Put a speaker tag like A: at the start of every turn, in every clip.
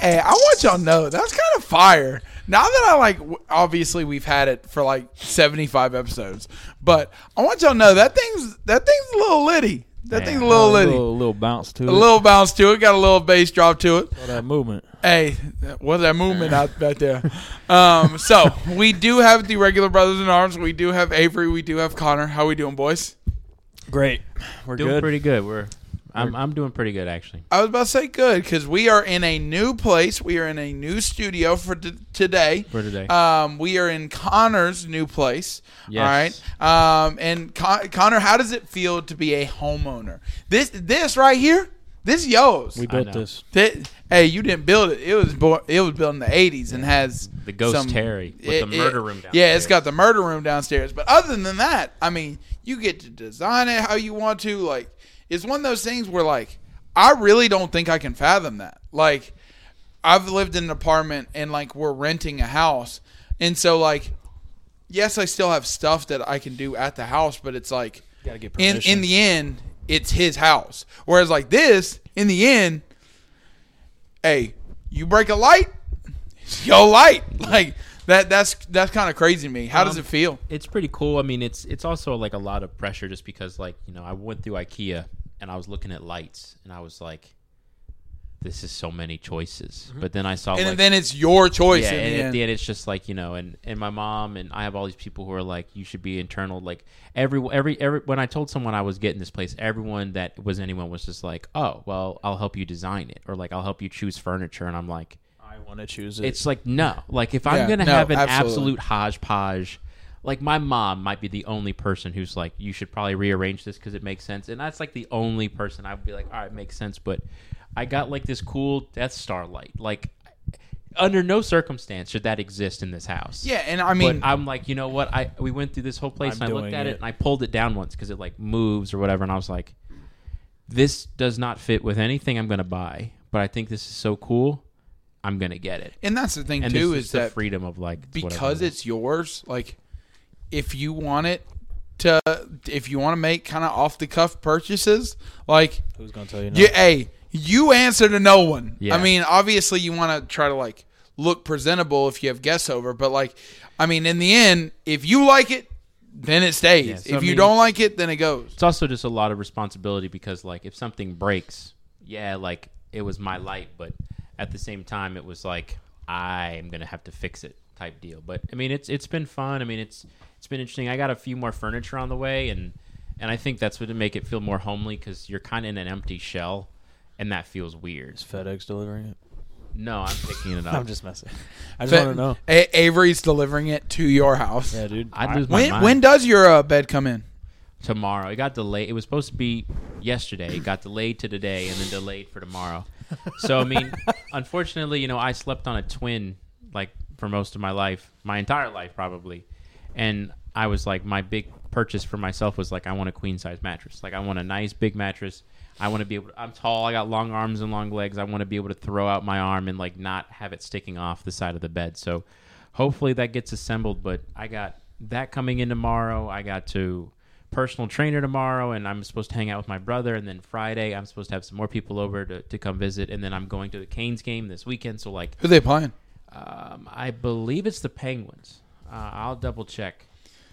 A: Hey, I want y'all to know that's kind of fire. Now that I like, w- obviously we've had it for like seventy five episodes, but I want y'all to know that thing's that thing's a little litty. That
B: Yeah,
A: thing's a little litty.
B: little, little bounce to
A: a
B: it.
A: little bounce to it. Got a little bass drop to it.
B: All that movement.
A: Hey, what's that movement out back there? Um, so we do have the regular brothers in arms. We do have Avery. We do have Connor. How we doing, boys?
B: Great. We're
C: doing
B: good.
C: pretty good. We're, I'm, I'm doing pretty good actually.
A: I was about to say good because we are in a new place. We are in a new studio for t- today.
C: For today.
A: um, we are in Connor's new place.
C: Yes.
A: All right. Um, and Con- Connor, how does it feel to be a homeowner? This, this right here, this yours.
B: we
C: I
B: built
C: know.
B: this.
A: That- hey, you didn't build it. It was born, it was built in the '80s and has
C: The ghost
A: some-
C: Terry with
A: it-
C: the
A: it-
C: murder room
A: Yeah, it's
C: downstairs.
A: got the murder room downstairs. But other than that, I mean, you get to design it how you want to. Like, it's one of those things where like I really don't think I can fathom that. Like, I've lived in an apartment and like we're renting a house, and so like, yes, I still have stuff that I can do at the house, but it's like
B: Gotta get
A: in
B: permission.
A: in the end, it's his house. Whereas like this, in the end, hey, you break a light, it's your light. Like that that's that's kind of crazy to me. How does
C: Um,
A: it feel?
C: It's pretty cool. I mean, it's it's also like a lot of pressure just because like you know I went through IKEA and I was looking at lights and I was like, this is so many choices. But then I saw
A: Mm-hmm. And
C: like,
A: then it's your choice
C: yeah,
A: in
C: and
A: the
C: at
A: end.
C: the end, it's just like you know, and and my mom and I have all these people who are like, you should be internal. Like every every every when I told someone I was getting this place, everyone that was anyone was just like, oh, well, I'll help you design it, or like I'll help you choose furniture, and I'm like,
B: I want to choose it.
C: it's like no, like if
A: Yeah,
C: I'm gonna
A: no,
C: have an
A: absolutely.
C: absolute hodgepodge. Like my mom might be the only person who's like, you should probably rearrange this because it makes sense, and that's like the only person I'd be like, all right, makes sense. But I got like this cool Death Star light. Like, under no circumstance should that exist in this house.
A: yeah, and I
C: I
A: mean
C: mean, I'm like, you know what? I we went through this whole place
B: I'm
C: and I looked
B: doing
C: at it.
B: it.
C: and I pulled it down once because it like moves or whatever, and I was like, this does not fit with anything I'm gonna buy, but I think this is so cool, I'm gonna get it.
A: and that's the thing
C: And
A: too
C: this
A: is
C: is the
A: that
C: freedom of like it's whatever
A: because
C: I
A: it's yours, like if you want it to if you want to make kind of off the cuff purchases, like
B: Who's gonna tell you? No?
A: you, hey, you answer to no one.
C: Yeah.
A: I mean, obviously, you want to try to like look presentable if you have guests over, but like, I mean, in the end, if you like it, then it stays.
C: Yeah, so,
A: if
C: I
A: you
C: mean-
A: don't like it, then it goes.
C: it's also just a lot of responsibility because like if something breaks yeah like it was my light but at the same time it was like i'm gonna have to fix it type deal but i mean it's it's been fun i mean it's it's been interesting i got a few more furniture on the way and and i think that's what to make it feel more homely because you're kind of in an empty shell and that feels weird
B: Is FedEx delivering it?
C: no i'm picking it up
B: I'm just messing. I just want to know.
A: A- Avery's delivering it to your house.
B: Yeah, dude.
C: I'd lose my
A: When
C: mind.
A: when does your uh, bed come in?
C: tomorrow. It got delayed. It was supposed to be yesterday. It got delayed to today and then delayed for tomorrow. So I mean, unfortunately, you know, I slept on a twin like for most of my life, my entire life probably. And I was like my big purchase for myself was like I want a queen size mattress. Like I want a nice big mattress. I want to be able I'm tall, I got long arms and long legs. I want to be able to throw out my arm and like not have it sticking off the side of the bed. So hopefully that gets assembled, but I got that coming in tomorrow. I got to personal trainer tomorrow and I'm supposed to hang out with my brother and then Friday I'm supposed to have some more people over to, to come visit and then I'm going to the Canes game this weekend so like
A: Who they playing?
C: um, I believe it's the Penguins uh, I'll double check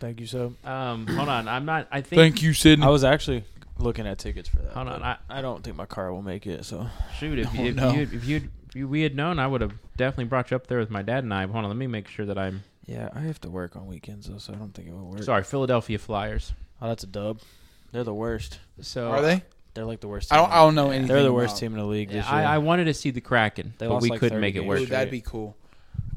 B: Thank you so.
C: um, hold on I'm not I think
A: Thank you, Sydney.
B: I was actually looking at tickets for that.
C: hold on
B: but
C: I
B: I don't think my car will make it. So
C: shoot if,
A: Oh,
C: if,
A: no.
C: you'd, if you'd if you, we had known I would have definitely brought you up there with my dad and I hold on let me make sure that I'm
B: yeah, I have to work on weekends though, so I don't think it will work.
C: sorry Philadelphia Flyers
B: Oh, that's a dub. They're the worst.
C: so
A: Are they?
B: They're like the worst.
A: I
B: Team
A: don't. I don't know anything.
B: They're the worst
A: about-
B: team in the league
C: Yeah,
B: this year.
C: I, I wanted to see the Kraken
B: They
C: but
B: lost,
C: we
B: like,
C: couldn't
B: 30
C: make it
B: games.
C: work
A: Ooh,
B: Worst,
A: that'd
B: right?
A: be cool.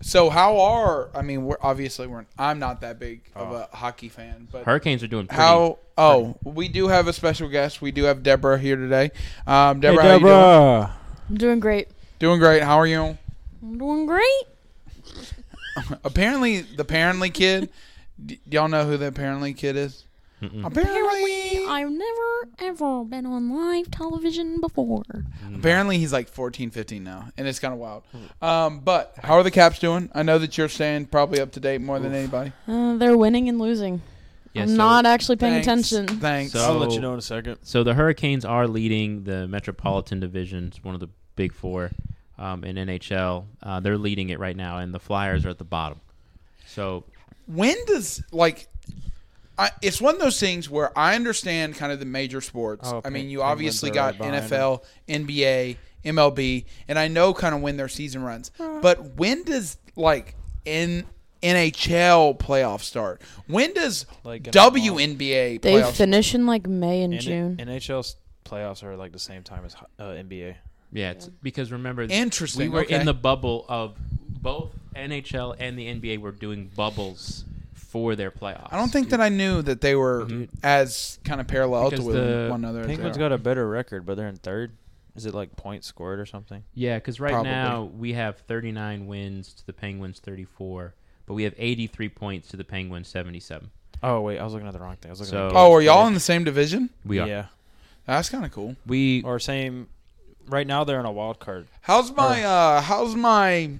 A: So how are? I mean, we're obviously we're. I'm not that big of
B: Oh.
A: a hockey fan, but
C: Hurricanes are doing pretty
A: How? Oh, we do have a special guest. We do have Deborah here today. Um, Deborah, how you
D: I'm doing great.
A: doing? Doing great. How are you?
D: I'm doing great.
A: Apparently, the apparently kid. d- y'all know who the apparently kid is?
C: Mm-mm.
A: Apparently,
D: I've never ever been on live television before.
A: apparently he's like 14, 15 now, and it's kind of wild. Um, but how are the Caps doing? I know that you're staying probably up to date more than anybody.
D: Uh, they're winning and losing.
C: Yeah,
D: I'm
C: so-
D: not actually paying
A: Thanks.
D: attention.
A: Thanks.
C: So-
B: I'll let you know in a second.
C: So the Hurricanes are leading the Metropolitan Division, it's one of the big four. um, in NHL. Uh, they're leading it right now, and the Flyers are at the bottom. So
A: when does like I, it's one of those things where I understand kind of the major sports.
B: Oh,
A: I mean,
B: Ping-
A: you obviously
B: Penguins
A: got
B: are right behind
A: NFL, NBA, MLB, and I know kind of when their season runs. But when does like N NHL playoff start? When does
B: Like in a
A: WNBA
E: They
A: playoff
E: finish in like May and June.
B: NHL's playoffs are like the same time as uh, NBA.
C: yeah, it's because remember
A: Interesting,
C: we were
A: okay.
C: in the bubble of both NHL and the NBA were doing bubbles for their playoffs.
A: I don't think that I knew that they were as kind of parallel
C: Because
A: to with
C: the
A: one another. as they
B: Penguins
A: are.
B: got a better record, but they're in third. Is it like points scored or something?
C: Yeah, because right
A: Probably.
C: now we have 39 wins to the Penguins, 34, but we have 83 points to the Penguins, 77.
B: Oh wait, I was looking at the wrong thing. I was looking
C: So-
B: at
A: oh, are y'all in the same division?
C: We are.
B: Yeah,
A: That's kind of cool.
C: We
B: or same. Right now they're in a wild card.
A: How's my uh, how's my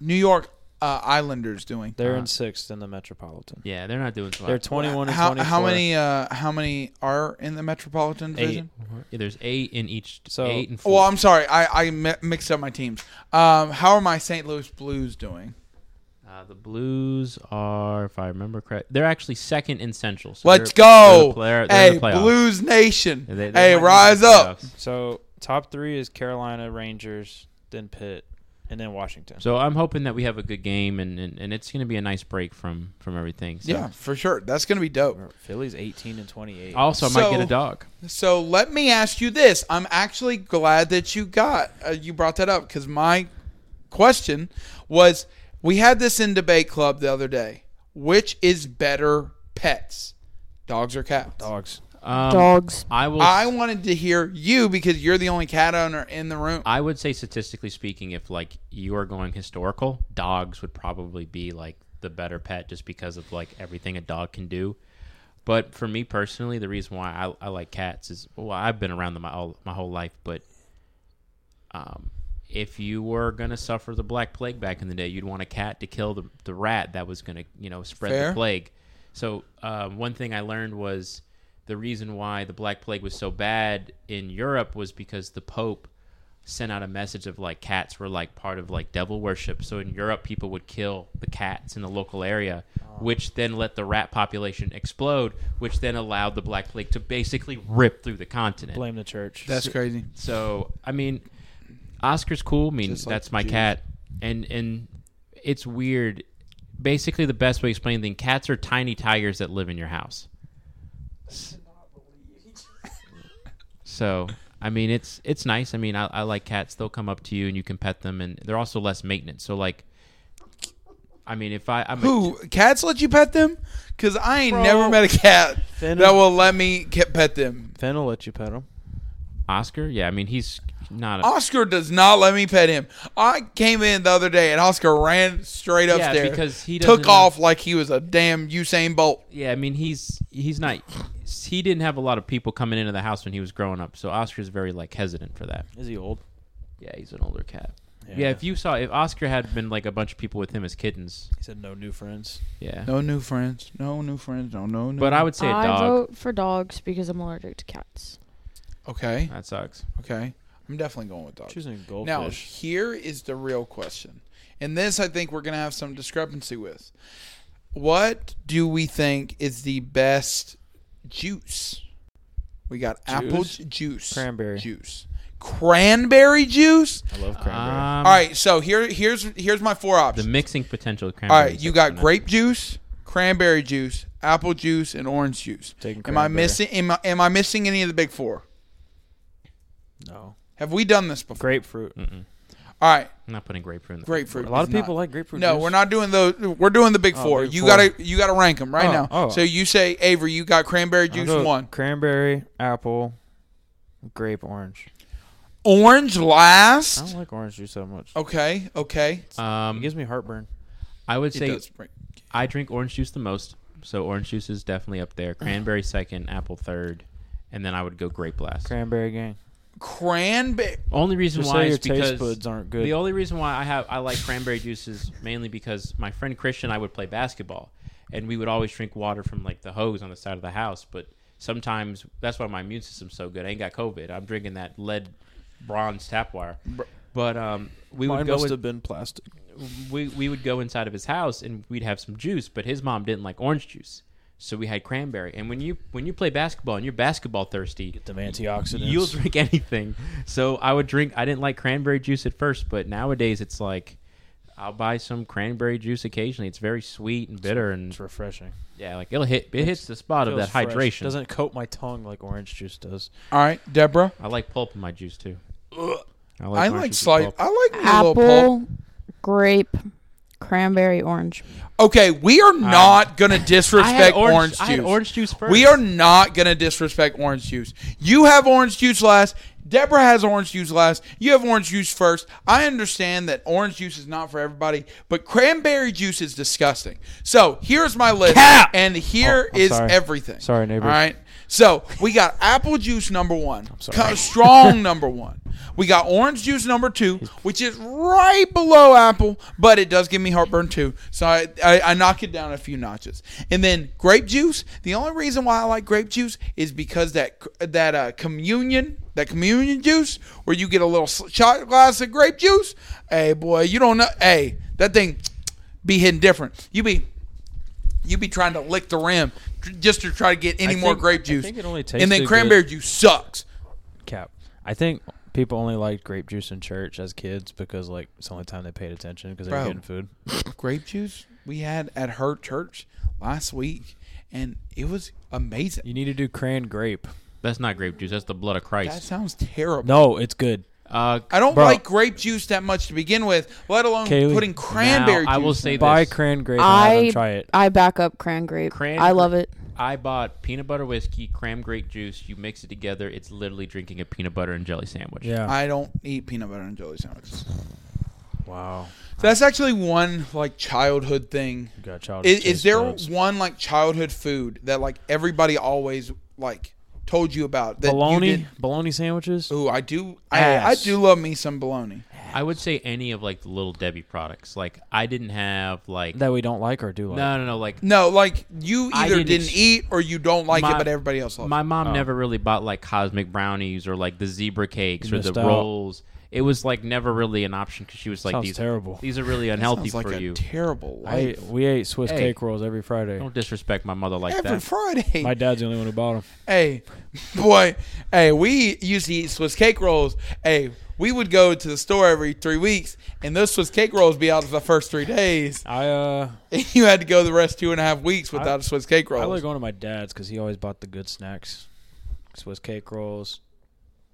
A: New York uh, Islanders doing?
B: They're
C: Uh,
B: in sixth in the Metropolitan.
C: yeah, they're not doing so
B: They're
C: well.
B: twenty-one and
A: how,
B: twenty-four.
A: how many uh, how many are in the Metropolitan
B: Eight.
A: Division?
C: Yeah, there's eight in each.
B: So-
C: eight and four.
A: Well, I'm sorry, I, I mi- mixed up my teams. Um, how are my St. Louis Blues doing?
C: uh, the Blues are, if I remember correct, they're actually second in Central. So
A: Let's
C: they're-
A: go!
C: They're the player, they're
A: Hey,
C: the playoffs.
A: Blues Nation!
C: They- they
A: hey,
C: might make
A: rise
C: the
A: up!
C: playoffs.
B: So top three is Carolina, Rangers, then Pitt, and then Washington.
C: So I'm hoping that we have a good game, and, and, and it's going to be a nice break from from everything. So.
A: Yeah, for sure. That's gonna be dope.
B: Philly's eighteen and twenty-eight.
C: Also, I might get
A: So-
C: a dog.
A: So let me ask you this. I'm actually glad that you got uh, you brought that up because my question was we had this in debate club the other day. Which is better pets, dogs or cats?
B: Dogs.
C: Um,
E: Dogs.
C: I will.
A: I wanted to hear you because you're the only cat owner in the room.
C: I would say statistically speaking, if like you are going historical, dogs would probably be like the better pet just because of like everything a dog can do. But for me personally, the reason why I, I like cats is well, I've been around them my all, my whole life. But um, if you were gonna suffer the black plague back in the day, you'd want a cat to kill the the rat that was gonna you know spread
A: Fair.
C: the plague. So uh, one thing I learned was the reason why the black plague was so bad in Europe was because the Pope sent out a message of like cats were like part of like devil worship. So in Europe, people would kill the cats in the local area, which then let the rat population explode, which then allowed the Black Plague to basically rip through the continent.
B: Blame the church.
A: That's crazy.
C: So I mean, Oscar's cool. I mean,
A: Just like
C: that's my
A: Jews.
C: cat, and and it's weird. Basically, the best way to explain things: cats are tiny tigers that live in your house. So I mean, it's it's nice. I mean, I, I like cats. They'll come up to you and you can pet them, and they're also less maintenance. So like, I mean, if I I'm a-
A: Who cats let you pet them? Cause I ain't
B: Bro.
A: never met a cat
B: Venom.
A: that will let me ke- pet them.
B: Finn will let you pet him.
C: Oscar, yeah, I mean, he's not. A,
A: Oscar does not let me pet him. I came in the other day and Oscar ran straight
C: Yeah,
A: upstairs.
C: because he
A: took
C: doesn't-
A: off like he was a damn Usain Bolt.
C: Yeah, I mean he's he's not he didn't have a lot of people coming into the house when he was growing up, so Oscar's very like hesitant for that.
B: Is he old?
C: Yeah, he's an older cat. Yeah,
B: Yeah.
C: if you saw if Oscar had been like a bunch of people with him as kittens,
B: He said no new friends.
C: yeah.
A: No new friends. No new friends. No no. no.
C: But I would say a
E: I
C: dog.
E: vote for dogs because I'm allergic to cats.
A: okay
C: That sucks.
A: okay. I'm definitely going with dogs.
B: Choosing
A: Now
B: goldfish.
A: here is the real question, and this I think we're gonna have some discrepancy with. What do we think is the best juice? We got apple
B: Juice?
A: ju- juice,
B: Cranberry.
A: juice, cranberry juice.
B: I love cranberry.
C: Um,
A: All right, so here here's here's my four
C: The
A: options.
C: mixing potential of
A: All
C: cranberry.
A: right, you got grape juice, cranberry juice, apple juice, and orange juice.
B: Taking
A: Am I
B: cranberry.
A: missing? Am I, am I missing any of the big four?
B: no.
A: Have we done this before?
B: Grapefruit.
C: Mm-mm.
A: All right,
C: I'm not putting grapefruit in the
A: grapefruit.
B: A lot
A: is
B: of people
A: not.
B: like grapefruit.
A: No,
B: juice.
A: we're not doing those. We're doing the big
B: Oh,
A: four.
B: big
A: you
B: four.
A: gotta you gotta rank them right
B: Oh,
A: now.
B: oh.
A: So you say Avery, you got cranberry
B: I'll
A: juice
B: go
A: one,
B: Cranberry, apple, grape, orange.
A: orange
B: I don't
A: last.
B: like orange juice that much.
A: Okay, okay.
B: It
C: Um,
B: gives me heartburn.
C: I would
A: It
C: say
A: does break.
C: I drink orange juice the most, so orange juice is definitely up there. Cranberry second, apple third, and then I would go grape last.
B: Cranberry gang.
A: Cranberry.
C: Only reason
B: Just
C: why
B: say your
C: is because
B: taste buds aren't good.
C: The only reason why I have I like cranberry juice is mainly because my friend Christian and I would play basketball, and we would always drink water from like the hose on the side of the house. But sometimes that's why my immune system's so good. I ain't got COVID. I'm drinking that lead bronze tap water. But um, we
B: Mine
C: would go
B: must
C: in,
B: have been plastic.
C: we we would go inside of his house and we'd have some juice. But his mom didn't like orange juice, so we had cranberry. And when you when you play basketball and you're basketball thirsty,
B: Get them antioxidants.
C: You'll drink anything. So I would drink. I didn't like cranberry juice at first, but nowadays it's like I'll buy some cranberry juice occasionally. It's very sweet and bitter, and
B: It's refreshing.
C: yeah, like it'll hit. It hits the spot of
B: Feels
C: that
B: fresh.
C: hydration.
B: Doesn't coat my tongue like orange juice does.
A: All right, Deborah.
C: I like pulp in my juice too.
A: I
C: orange
A: like
C: juice with
A: slight.
C: pulp.
A: I like me a little pulp.
E: Apple, grape, cranberry, orange.
A: Okay, we are not gonna
C: I had
A: disrespect orange,
C: I had
A: juice.
C: orange juice first.
A: we are not gonna disrespect orange juice. You have orange juice last. Deborah has orange juice last. You have orange juice first. I understand that orange juice is not for everybody, but cranberry juice is disgusting. So here's my list,
B: Cap!
A: and here
B: Oh, I'm
A: is
B: sorry.
A: everything.
B: Sorry, neighbors.
A: All right. So we got apple juice number one,
B: sorry.
A: Co- strong number one. We got orange juice number two, which is right below apple, but it does give me heartburn too. So I, I, I knock it down a few notches. And then grape juice. The only reason why I like grape juice is because that that uh, communion that communion juice where you get a little s- shot glass of grape juice. Hey boy, you don't know. Hey, that thing be hitting different. You be you be trying to lick the rim tr- just to try to get any
B: I
A: more
B: think-
A: grape
B: I
A: juice.
B: think it only
A: and then
B: tasted
A: cranberry
B: good-
A: juice sucks.
B: Cap. I think people only liked grape juice in church as kids because like it's the only time they paid attention because they
A: Bro.
B: were getting food.
A: Grape juice we had at her church last week, and it was amazing.
B: You need to do cran grape.
C: That's not grape juice. That's the blood of
A: That
C: Christ.
A: sounds terrible.
B: No, it's good.
C: Uh,
A: I don't
B: Bro.
A: like grape juice that much to begin with, let alone
B: Kaylee,
A: putting cranberry
C: now I
A: juice.
C: will
A: in
C: say
A: it.
B: Buy
C: this.
B: cran grape and have
E: I
B: them try it.
E: I back up cran grape.
C: Cran
E: I love it.
C: I bought peanut butter whiskey, cram grape juice. You mix it together. It's literally drinking a peanut butter and jelly sandwich.
B: Yeah.
A: I don't eat peanut butter and jelly sandwiches. So
B: wow.
A: that's actually one like childhood thing.
B: You got child.
A: Is, is there one like childhood food that like everybody always like told you about that you
B: bologna?
A: did-
B: Bologna sandwiches?
A: Ooh, I do. I, I
B: Ass.
A: do love me some bologna.
C: I would say any of like the little Debbie products. Like I didn't have like
B: That we don't like or do like?
C: no no no like
A: No, like you
C: I
A: either
C: didn't
A: didn't
C: ex-
A: eat or you don't like it,
C: My-
A: but everybody else loves
C: my
A: it.
C: mom
B: Oh.
C: never really bought like cosmic brownies or like the zebra cakes
B: You
C: or the
B: missed out.
C: rolls. It was like never really an option because she was like
B: Sounds
C: these
B: terrible.
C: These are really
A: Sounds
C: unhealthy
A: like
C: for
A: a
C: you.
A: Terrible
B: I
A: life.
B: we ate Swiss
C: Hey.
B: cake rolls every Friday.
C: don't disrespect my mother like
A: Every
C: that.
A: Friday,
B: My dad's the only one who bought them.
A: hey, boy, hey, we used to eat Swiss cake rolls. Hey, we would go to the store every three weeks, and those Swiss cake rolls be out for the first three days.
B: I uh,
A: And you had to go the rest two and a half weeks without a Swiss cake
B: I
A: roll.
B: like going to my dad's because he always bought the good snacks: Swiss cake rolls,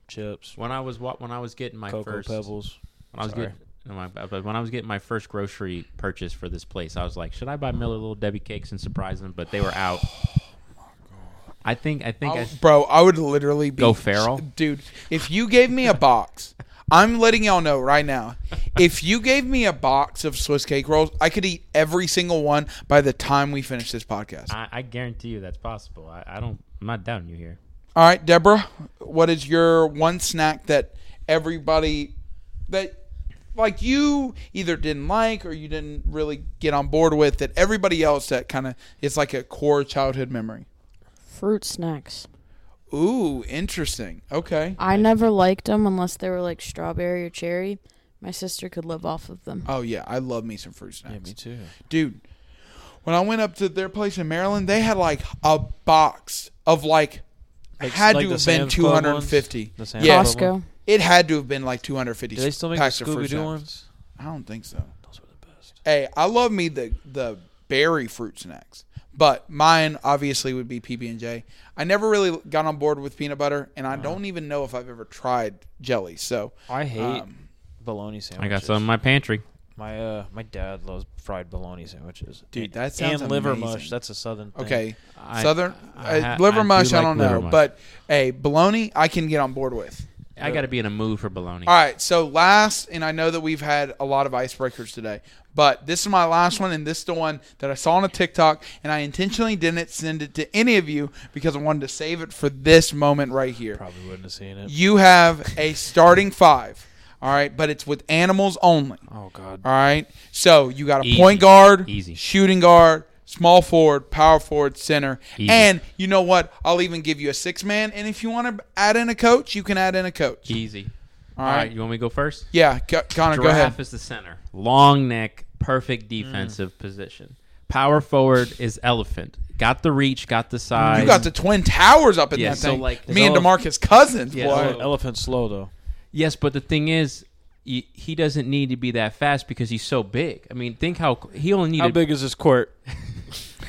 B: chips,
C: when I was wa- when I was getting my
B: cocoa
C: first
B: pebbles.
C: when I was
B: Sorry.
C: getting no, my, bad, but when I was getting my first grocery purchase for this place, I was like, should I buy Miller Little Debbie cakes and surprise them? But they were out. I think I think I,
A: Oh I'll- Oh, bro, I would literally be
C: Go feral?
A: dude. If you gave me a box, I'm letting y'all know right now. If you gave me a box of Swiss cake rolls, I could eat every single one by the time we finish this podcast.
C: I, I guarantee you that's possible. I, I don't. I'm not doubting you here.
A: All right, Deborah, what is your one snack that everybody that like you either didn't like or you didn't really get on board with that everybody else that kind of it's like a core childhood memory.
E: Fruit snacks.
A: Ooh, interesting. Okay.
E: I never liked them unless they were like strawberry or cherry. My sister could live off of them.
A: Oh yeah, I love me some fruit snacks.
B: Yeah, me too.
A: dude when i went up to their place in maryland they had like a box of like,
B: Like-
A: had
B: like
A: to
B: the
A: have been
B: Sam's Club ones?
A: 250
B: The Sam's
A: yeah
B: Club
E: Costco.
A: it had to have been like 250
B: Do they still make the
A: packs of fruit
B: Scooby Doo
A: snacks.
B: ones?
A: i don't think so
B: Those were the best.
A: hey i love me the the berry fruit snacks but mine obviously would be pb&j i never really got on board with peanut butter and i don't even know if i've ever tried jelly so
B: Uh-huh. I hate
A: um,
B: bologna sandwiches.
C: I got some in my pantry.
B: My uh, my dad loves fried bologna sandwiches.
A: Dude, that
B: And-
A: sounds
B: and liver
A: amazing.
B: mush. That's a southern thing.
A: okay
C: I-
A: southern
C: I ha-
A: uh, liver
C: I do
A: mush i
C: like
A: don't
C: liver
A: know
C: mush.
A: but hey bologna i can get on board with
C: I got to be in a mood for bologna.
A: All right, so last, and I know that we've had a lot of icebreakers today, but this is my last one, and this is the one that I saw on a TikTok, and I intentionally didn't send it to any of you because I wanted to save it for this moment right here.
B: Probably wouldn't have seen it.
A: You have a starting five, all right, but it's with animals only, all
B: Oh God.
A: right? So you got a
C: Easy.
A: point guard,
C: Easy.
A: shooting guard, small forward, power forward, center,
C: Easy.
A: and you know what? I'll even give you a six man, and if you want to add in a coach, you can add in a coach.
C: Easy.
A: All
C: All
A: right.
C: right, you want me to go first?
A: Yeah, C- Connor, go ahead.
C: Giraffe is the center. Long neck, perfect defensive position. Power forward is elephant. Got the reach, got the size.
A: You got the Twin Towers up in
C: Yeah,
A: that
C: so,
A: thing.
C: like,
A: Me and
B: all-
A: DeMarcus Cousins,
C: Yeah,
A: boy.
C: so-
B: Elephant's slow though.
C: yes, but the thing is, he, he doesn't need to be that fast because he's so big. I mean, think how he only
B: How
C: needed
B: big is this court?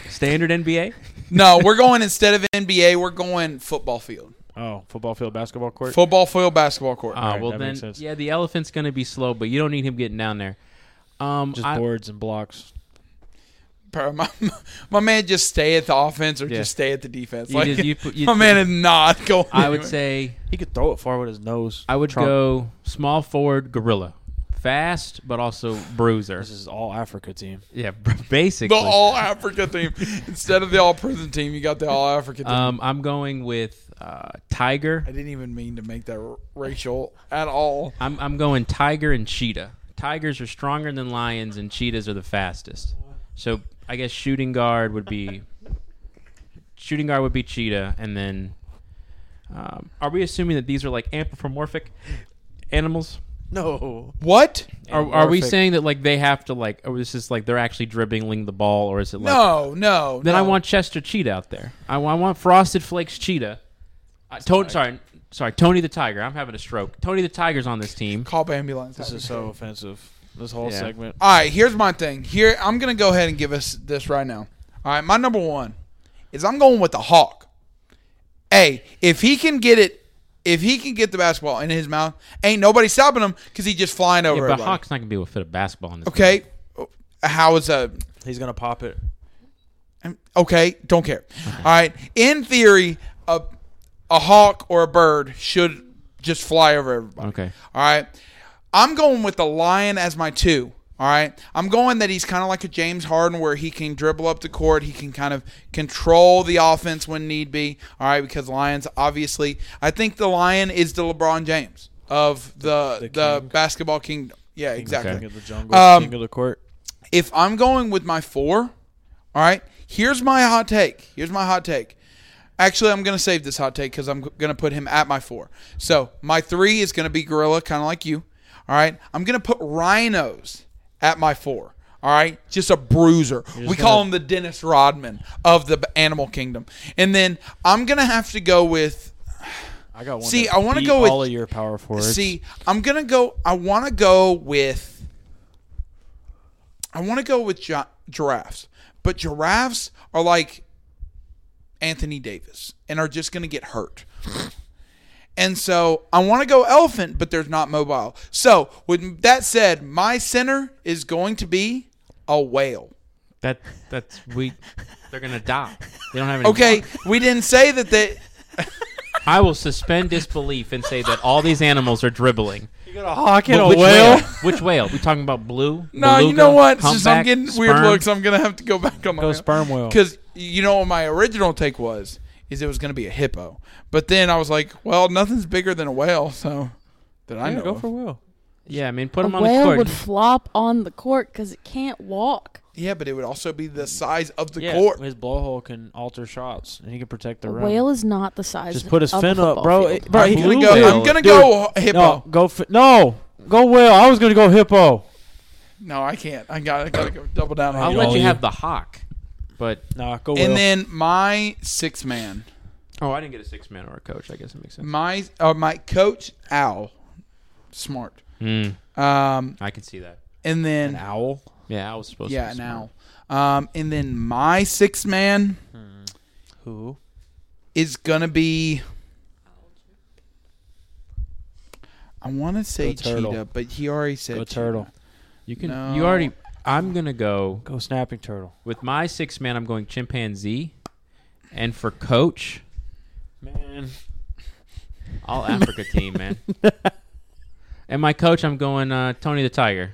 C: standard NBA.
A: No, we're going instead of NBA, we're going football field.
B: Oh, football field, basketball court.
A: Football field, basketball court.
C: Uh,
B: Alright,
C: well,
B: that
C: then
B: makes sense.
C: yeah, the elephant's gonna be slow, but you don't need him getting down there. Um,
B: Just
C: I-
B: boards and blocks.
A: Bro, my, my man just stay at the offense or
C: Yeah.
A: just stay at the defense.
C: You
A: Like,
C: just- you put- you-
A: my man is not going.
C: I would
A: anywhere.
C: say
B: He could throw it far with his nose.
C: I would
B: Trump.
C: go small forward, gorilla, fast but also bruiser.
B: This is all Africa team.
C: Yeah, basically.
A: the All Africa team instead of the All Prison team. You got the All Africa team.
C: Um, I'm going with uh, Tiger.
A: I didn't even mean to make that r- racial at all.
C: I'm I'm going Tiger and Cheetah. Tigers are stronger than lions, and cheetahs are the fastest. So I guess shooting guard would be shooting guard would be cheetah, and then um, are we assuming that these are like anthropomorphic animals?
B: No.
A: What?
C: Are, are we
B: Anthropomorphic.
C: saying that like they have to like, or is this like they're actually dribbling the ball, or is it like
A: No, no.
C: Then I
A: no.
C: want Chester Cheetah out there. I, wa- I want Frosted Flakes Cheetah. Uh, Tony, sorry, sorry, Tony the Tiger. I'm having a stroke. Tony the Tiger's on this team.
A: call ambulance.
B: This is so offensive. This whole
C: Yeah.
B: segment.
A: All right, here's my thing. Here, I'm gonna go ahead and give us this right now. All right, my number one is I'm going with the hawk. Hey, if he can get it, if he can get the basketball in his mouth, ain't nobody stopping him because he just flying over.
C: Yeah, but
A: everybody.
C: Hawk's not gonna be able to fit a basketball in this.
A: Okay, how is that?
B: He's gonna pop it.
A: Okay, don't care. All right, in theory, a a hawk or a bird should just fly over everybody.
C: Okay.
A: All right. I'm going with the Lion as my two. All right. I'm going that he's kind of like a James Harden where he can dribble up the court. He can kind of control the offense when need be. All right. Because Lions, obviously, I think the Lion is the LeBron James of the, the,
B: The king.
A: basketball kingdom. Yeah, exactly.
B: King of the jungle,
A: Um,
B: king of the court.
A: If I'm going with my four, all right, here's my hot take. Here's my hot take. Actually, I'm going to save this hot take because I'm going to put him at my four. So my three is going to be Gorilla, kind of like you. All right. I'm going to put Rhinos at my four. All right. Just a bruiser. we call him the Dennis Rodman of the b- animal kingdom. And then I'm going to have to go with.
B: I got one.
A: See,
B: that
A: I wanna
B: beat
A: go with-
B: all of your power forwards.
A: See, I'm gonna go. I want to go with. I want to go with gi- giraffes, but giraffes are like Anthony Davis and are just gonna get hurt. And so I want to go elephant, but there's not mobile. So with that said, my center is going to be a whale.
C: That that's we. They're gonna die. They don't have any.
A: Okay, we didn't say that they.
C: I will suspend disbelief and say that all these animals are dribbling.
B: you got a hawk and
C: But
B: a
C: which
B: Oh, whale.
C: Which whale? We talking about blue?
A: No, you
C: beluga,
A: know what? Since I'm
C: humpback,
A: getting weird
C: sperm?
A: looks, I'm gonna have to go back on my
B: Go sperm whale.
A: Because you know what my original take was is it was going to be a hippo, but then I was like, well, nothing's bigger than a whale, so that I
B: Yeah,
A: know.
B: go
A: of.
B: for whale.
C: Yeah, I mean, put
E: a
C: him on the
E: whale
C: court.
E: would flop on the court because it can't walk.
A: yeah, but it would also be the size of the
B: Mm. yeah,
A: court.
B: His blowhole can alter shots, and he can protect the
E: A
B: rim.
E: whale is not the size.
B: Just put his
E: of a
B: fin up,
E: football
B: bro.
E: field.
B: It- bro,
C: A
B: he-
C: blue
A: I'm gonna go. I'm
C: whale.
A: gonna
B: Dude,
A: go hippo.
B: No,
A: No,
B: go fi- no, go whale. I was gonna go hippo.
A: I can't. I got. I gotta go double down
C: I'll
A: on it.
B: all
C: let you
B: you.
C: have the hawk. But
B: Nah, go whale.
A: And then my sixth man,
C: oh, I didn't get a six man or a coach. I guess it makes sense.
A: my uh, my coach Al, smart.
C: Mm,
A: Um,
C: I can see that.
A: and
B: an
A: then
B: owl.
C: Yeah, I was supposed
A: yeah, an
C: to.
A: owl. Um, and then my sixth man
B: Hmm. Who?
A: is gonna be. I want to say
B: Go turtle.
A: cheetah, but he already said
B: Go
A: cheetah.
B: turtle.
C: You can.
A: No.
C: You already. I'm gonna go
B: Go snapping turtle.
C: with my six man. I'm going chimpanzee, and for coach,
B: Man,
C: all Africa team, man. And my coach, I'm going uh, Tony the Tiger.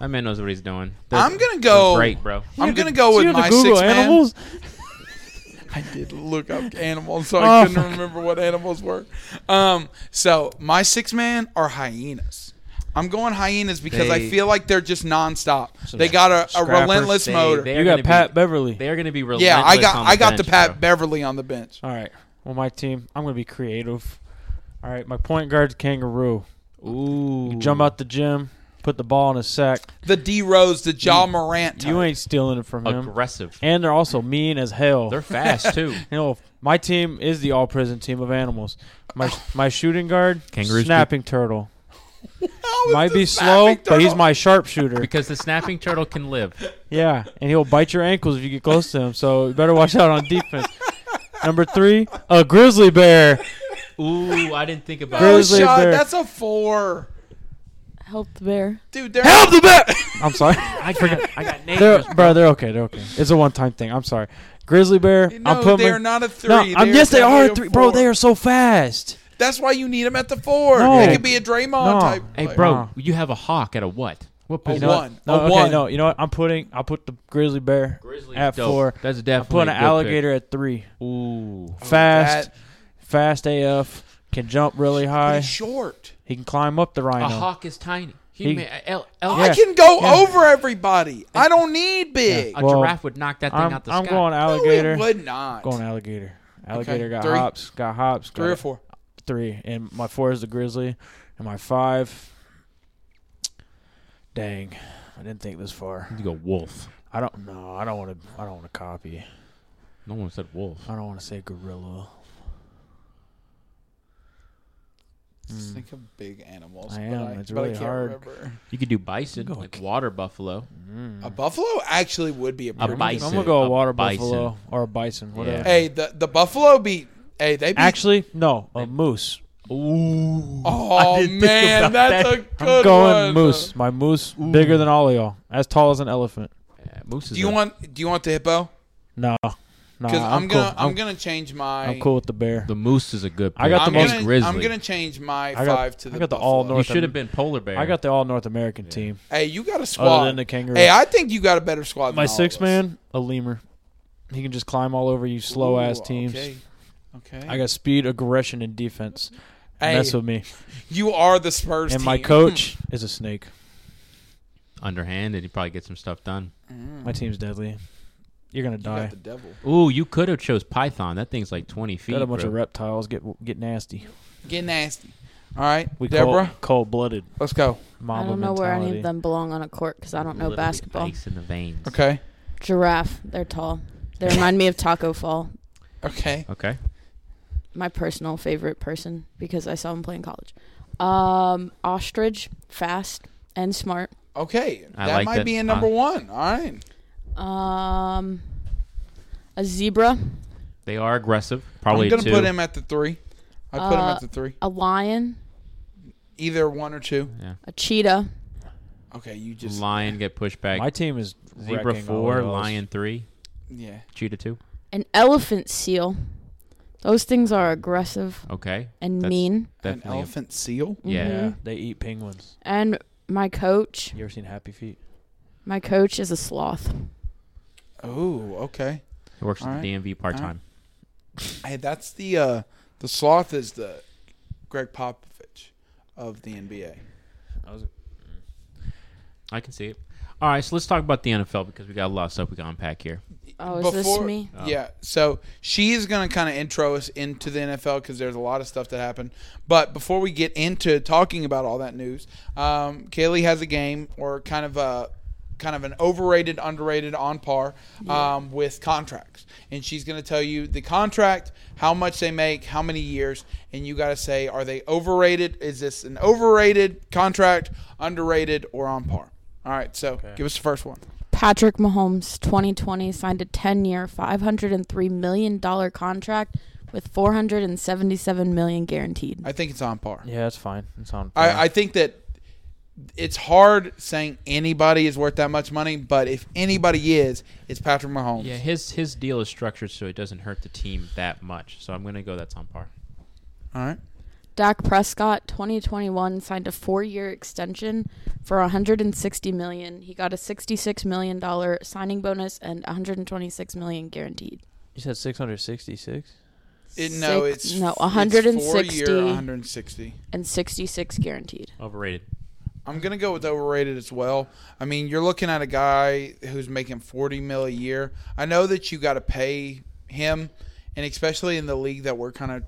C: That man knows what he's doing.
A: I'm gonna go-
C: they're great, bro.
A: I'm gonna go with my
B: Google
A: six
B: animals.
A: man. I did look up animals, so I
B: Oh,
A: couldn't remember what animals were. Um, so my six man are hyenas. I'm going hyenas because I
C: They-
A: feel like they're just nonstop.
B: Some
A: They got a, a
B: scrappers.
A: relentless
C: They-
A: motor.
C: they-
B: You got
C: gonna be-
B: Pat Beverly.
C: They're gonna be relentless.
A: yeah, I got
C: on
A: I got the
C: bench,
A: Pat
C: bro.
A: Beverly on the bench.
B: All right. Well, my team. I'm gonna be creative. All right, my point guard's kangaroo.
C: Ooh.
B: You jump out the gym, put the ball in a sack.
A: The D Rose, the Jaw Morant.
B: You
A: type.
B: ain't stealing it from him.
C: Aggressive.
B: And they're also mean as hell.
C: They're fast too.
B: you know, my team is the all prison team of animals. My my shooting guard,
C: Kangaroos do-
B: snapping turtle.
A: How is
B: Might be
A: this
B: slow,
A: snapping
B: but he's
A: turtle?
B: my sharpshooter.
C: because the snapping turtle can live.
B: Yeah, and he'll bite your ankles if you get close to him. So you better watch out on defense. Number three, a grizzly bear.
C: Ooh, I didn't think about
A: No
B: Grizzly
A: shot.
B: bear.
A: Oh, That's a four,
E: Help the bear.
A: dude. They're
B: Help the bear. I'm sorry.
C: I got, I got
B: They're,
C: neighbors.
B: bro, they're okay. They're okay. It's a one-time thing. I'm sorry. Grizzly bear. I'm
A: No,
B: putting
A: they're
B: my-
A: not a three.
B: No, I'm,
A: They're
B: yes, they are
A: definitely
B: a three, bro.
A: four.
B: They are so fast.
A: That's why you need them at the four.
B: No.
A: They could be a Draymond
B: No.
A: type.
C: Hey,
A: player.
C: bro,
B: Wow.
C: you have a hawk at a what? What
A: A
B: You
C: position?
B: know what?
A: one.
B: No,
A: A
B: okay,
A: one.
B: no. You know what? I'm putting. I'll put the grizzly bear
C: Grizzly's
B: at
C: dope.
B: four.
C: That's
B: I'm
C: definitely
B: putting an
C: a good pick.
B: alligator at three.
C: Ooh.
B: Fast,
A: that-
B: fast AF. Can jump really
A: But
B: high.
A: he's short.
B: He can climb up the
C: A
B: rhino.
C: hawk is tiny. He,
B: He-
C: may, el, el,
A: I
B: Yeah.
A: can go
B: Yeah.
A: over everybody. I don't need big.
C: a
B: Well,
C: giraffe would knock that thing
B: I'm,
C: out the
B: I'm
C: sky.
B: going
A: No, it
B: alligator.
A: would not.
B: going alligator. Alligator got
A: three.
B: hops. Got hops.
A: Three
B: got
A: or four.
B: Three. And my four is the grizzly. And my five. Dang, I didn't think this far.
C: You go wolf.
B: I don't know. I don't want to. I don't want to copy.
C: No one said wolf.
B: I don't want to say gorilla.
A: Just think of big animals.
B: Mm. I
A: but
B: am.
A: I,
B: It's
A: but I
B: really
A: can't
B: hard.
A: Remember.
C: You could do bison,
B: Go
C: like
B: k-
C: water buffalo.
A: A buffalo actually would be a pretty.
C: bison.
B: I'm gonna go a
C: a
B: water
C: bison.
B: buffalo or a bison. Whatever.
C: Yeah.
A: Hey, the the buffalo beat. Hey, they beat.
B: Actually, no, a moose.
C: Ooh.
A: oh
C: didn't think
A: man,
C: about
A: that's
C: that.
A: a good
B: I'm going
A: one.
B: moose. My moose bigger than all of y'all, as tall as an elephant.
C: Yeah, moose is
A: Do you
C: a-
A: want Do you want the hippo?
B: No, no, I'm,
A: Because I'm, gonna
B: cool.
A: I'm,
B: I'm,
A: gonna change my.
B: I'm cool with the bear.
C: the moose is a good pick.
B: I got
A: I'm
B: the most
A: gonna,
C: grizzly.
A: I'm gonna change my
B: I got-
A: five to
B: I
A: the.
B: got the
A: buffalo.
B: all
C: you
B: north.
C: should have been polar bear.
B: I got the all North American team,
A: Hey, you got a
B: other
A: squad.
B: than the kangaroo.
A: Hey, I think you got a better squad.
B: My
A: than all
B: sixth
A: of us.
B: man, a lemur. He can just climb all over you, slow ass
A: Ooh,
B: teams.
A: Okay. okay.
B: I got speed, aggression, and defense.
A: Hey,
B: Mess with me.
A: you are the Spurs.
B: And my
A: team.
B: coach is a snake.
C: underhand, and you probably get some stuff done.
B: My team's deadly. You're gonna
A: Mm-hmm. You got
B: die.
A: the devil.
C: Ooh, you could have chose python. That thing's like twenty feet.
B: Got a bunch
C: bro.
B: of reptiles. Get get nasty.
A: Get nasty. All right,
B: We
A: Deborah,
B: cold blooded
A: let's go.
B: mama
E: I don't know where
B: mentality.
E: any of them belong on a court because I don't know
C: Literally
E: basketball.
C: Ice in the veins.
A: Okay.
E: Giraffe. They're tall. They remind me of Taco Fall,
A: Okay.
C: Okay.
E: my personal favorite person because I saw him play in college. Um, ostrich, fast and smart.
A: Okay.
C: I
A: that
C: like
A: might
C: that.
A: be in
C: Huh?
A: number one. All right.
E: Um, a zebra,
C: They are aggressive. Probably
A: I'm gonna
C: two.
A: put him at the three. I put him
E: Uh,
A: at the three.
E: a lion,
A: Either one or two.
E: a cheetah,
A: Okay, you just
C: lion get pushed back.
B: My team is
C: Zebra
B: wrecking all
C: four,
B: of those.
C: lion three,
A: yeah.
C: cheetah two.
E: an elephant seal. Those things are aggressive
C: Okay.
E: and
C: That's
E: mean. Mm-hmm.
A: An
C: Definitely. a-
A: elephant seal.
C: yeah.
B: Yeah, they eat penguins.
E: And my coach,
B: You ever seen Happy Feet?
E: my coach is a sloth.
A: Oh, okay.
C: It works
A: All
C: at
A: right.
C: the DMV part time.
A: Hey, that's the uh the sloth is the Greg Popovich of the NBA.
B: I was,
C: I can see it. All right, so let's talk about the NFL because we got a lot of stuff we got to unpack here.
E: Oh, is this
A: Before-
E: me?
A: Yeah. So she is going to kind of intro us into the NFL because there's a lot of stuff that happened. But before we get into talking about all that news, um, Kaylee has a game or kind of a kind of an overrated, underrated, on par um, with contracts, and she's going to tell you the contract, how much they make, how many years, and you got to say are they overrated? Is this an overrated contract, underrated, or on par? All right. So give us the first one.
E: Patrick Mahomes, 2020, signed a 10 year, $503 million contract with $477 million guaranteed.
A: I think it's on par.
B: yeah, it's fine. It's on. par.
A: I, I think that it's hard saying anybody is worth that much money, but if anybody is, it's Patrick Mahomes.
C: Yeah, his his deal is structured so it doesn't hurt the team that much. So I'm gonna go that's on par.
A: All right.
E: Dak Prescott, 2021, signed a four year extension for $160 million. He got a $66 million signing bonus and $126 million guaranteed.
B: you said 666.
A: It, no,
E: Six-
A: it's
E: no,
A: it's four year,
E: 160.
A: 160.
E: And 66 guaranteed.
C: Overrated.
A: I'm gonna go with overrated as well. I mean, you're looking at a guy who's making 40 mil a year. I know that you got to pay him, and especially in the league that we're kind of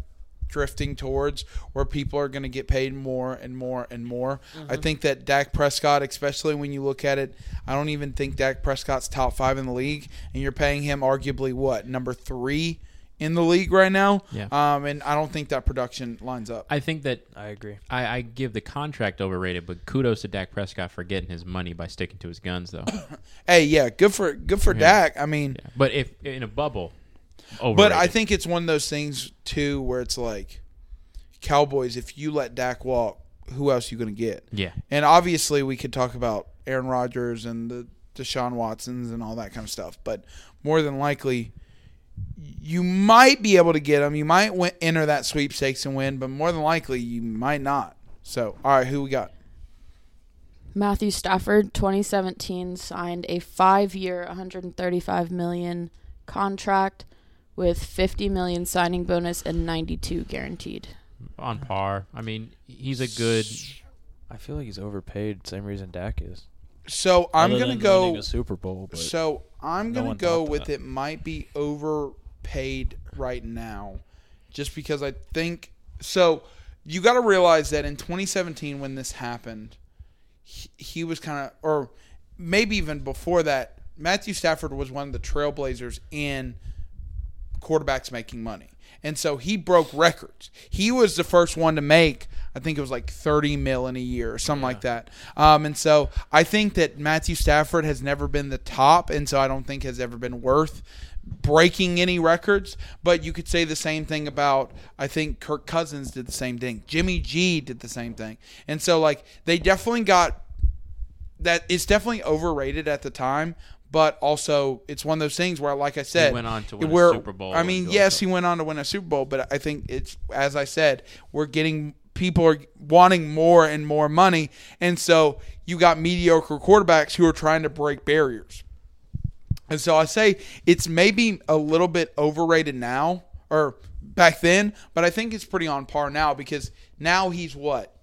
A: drifting towards where people are going to get paid more and more and more. I think that Dak Prescott, especially when you look at it, I don't even think Dak Prescott's top five in the league, and you're paying him arguably what number three in the league right now.
C: Yeah.
A: Um, and I don't think that production lines up.
C: I think that
B: I agree.
C: I, I give the contract overrated, but kudos to Dak Prescott for getting his money by sticking to his guns, though.
A: hey, yeah, good for good for Dak. I mean,
C: but if in a bubble, overrated.
A: but I think it's one of those things too where it's like Cowboys. If you let Dak walk, who else you going to get?
C: yeah,
A: And obviously, we could talk about Aaron Rodgers and the Deshaun Watsons and all that kind of stuff. But more than likely, you might be able to get them. You might win- enter that sweepstakes and win, but more than likely, you might not. So, all right, who we got?
E: Matthew Stafford, 2017, signed a five-year, 135 million contract with 50 million signing bonus and 92 guaranteed.
C: on par. I mean, he's a good.
B: I feel like he's overpaid. Same reason Dak is.
A: So I'm
B: Other
A: gonna
B: than
A: go.
B: winning a Super Bowl. But
A: So I'm
B: No
A: gonna
B: one
A: go
B: thought
A: with
B: that.
A: it might be overpaid right now, just because I think so. You got to realize that in 2017 when this happened, he, he was kind of, or maybe even before that, Matthew Stafford was one of the trailblazers in quarterbacks making money. And so he broke records. He was the first one to make, I think it was like 30 mil in a year or something like that. Um, and so I think that Matthew Stafford has never been the top. And so I don't think has ever been worth breaking any records. But you could say the same thing about, I think Kirk Cousins did the same thing. Jimmy G did the same thing. And so, like, they definitely got that it's definitely overrated at the time, but also it's one of those things where, like I said,
C: went on to win a
A: we're-
C: Super Bowl
A: I
C: and
A: mean,
C: go
A: yes,
C: so-
A: he went on to win a Super Bowl, but I think it's as I said, we're getting people are wanting more and more money, and so you got mediocre quarterbacks who are trying to break barriers. And so I say it's maybe a little bit overrated now or back then, but I think it's pretty on par now because now he's what?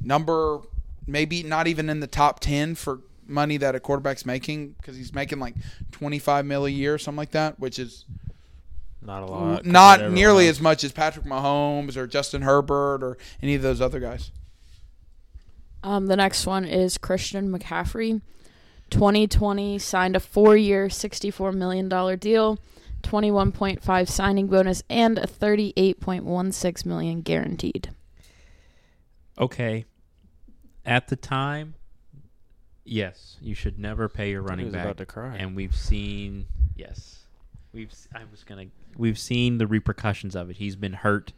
A: Number maybe not even in the top 10 for money that a quarterback's making because he's making like 25 mil a year or something like that, which is
B: not a lot.
A: not nearly as much as Patrick Mahomes or Justin Herbert or any of those other guys.
E: Um, the next one is Christian McCaffrey. 2020 signed a four-year, 64 million dollar deal, 21.5 signing bonus, and a 38.16 million guaranteed.
C: Okay, at the time, yes, you should never pay your running
B: was
C: back.
B: about to cry.
C: And we've seen yes, we've. s- I was gonna. We've seen the repercussions of it. He's been hurt,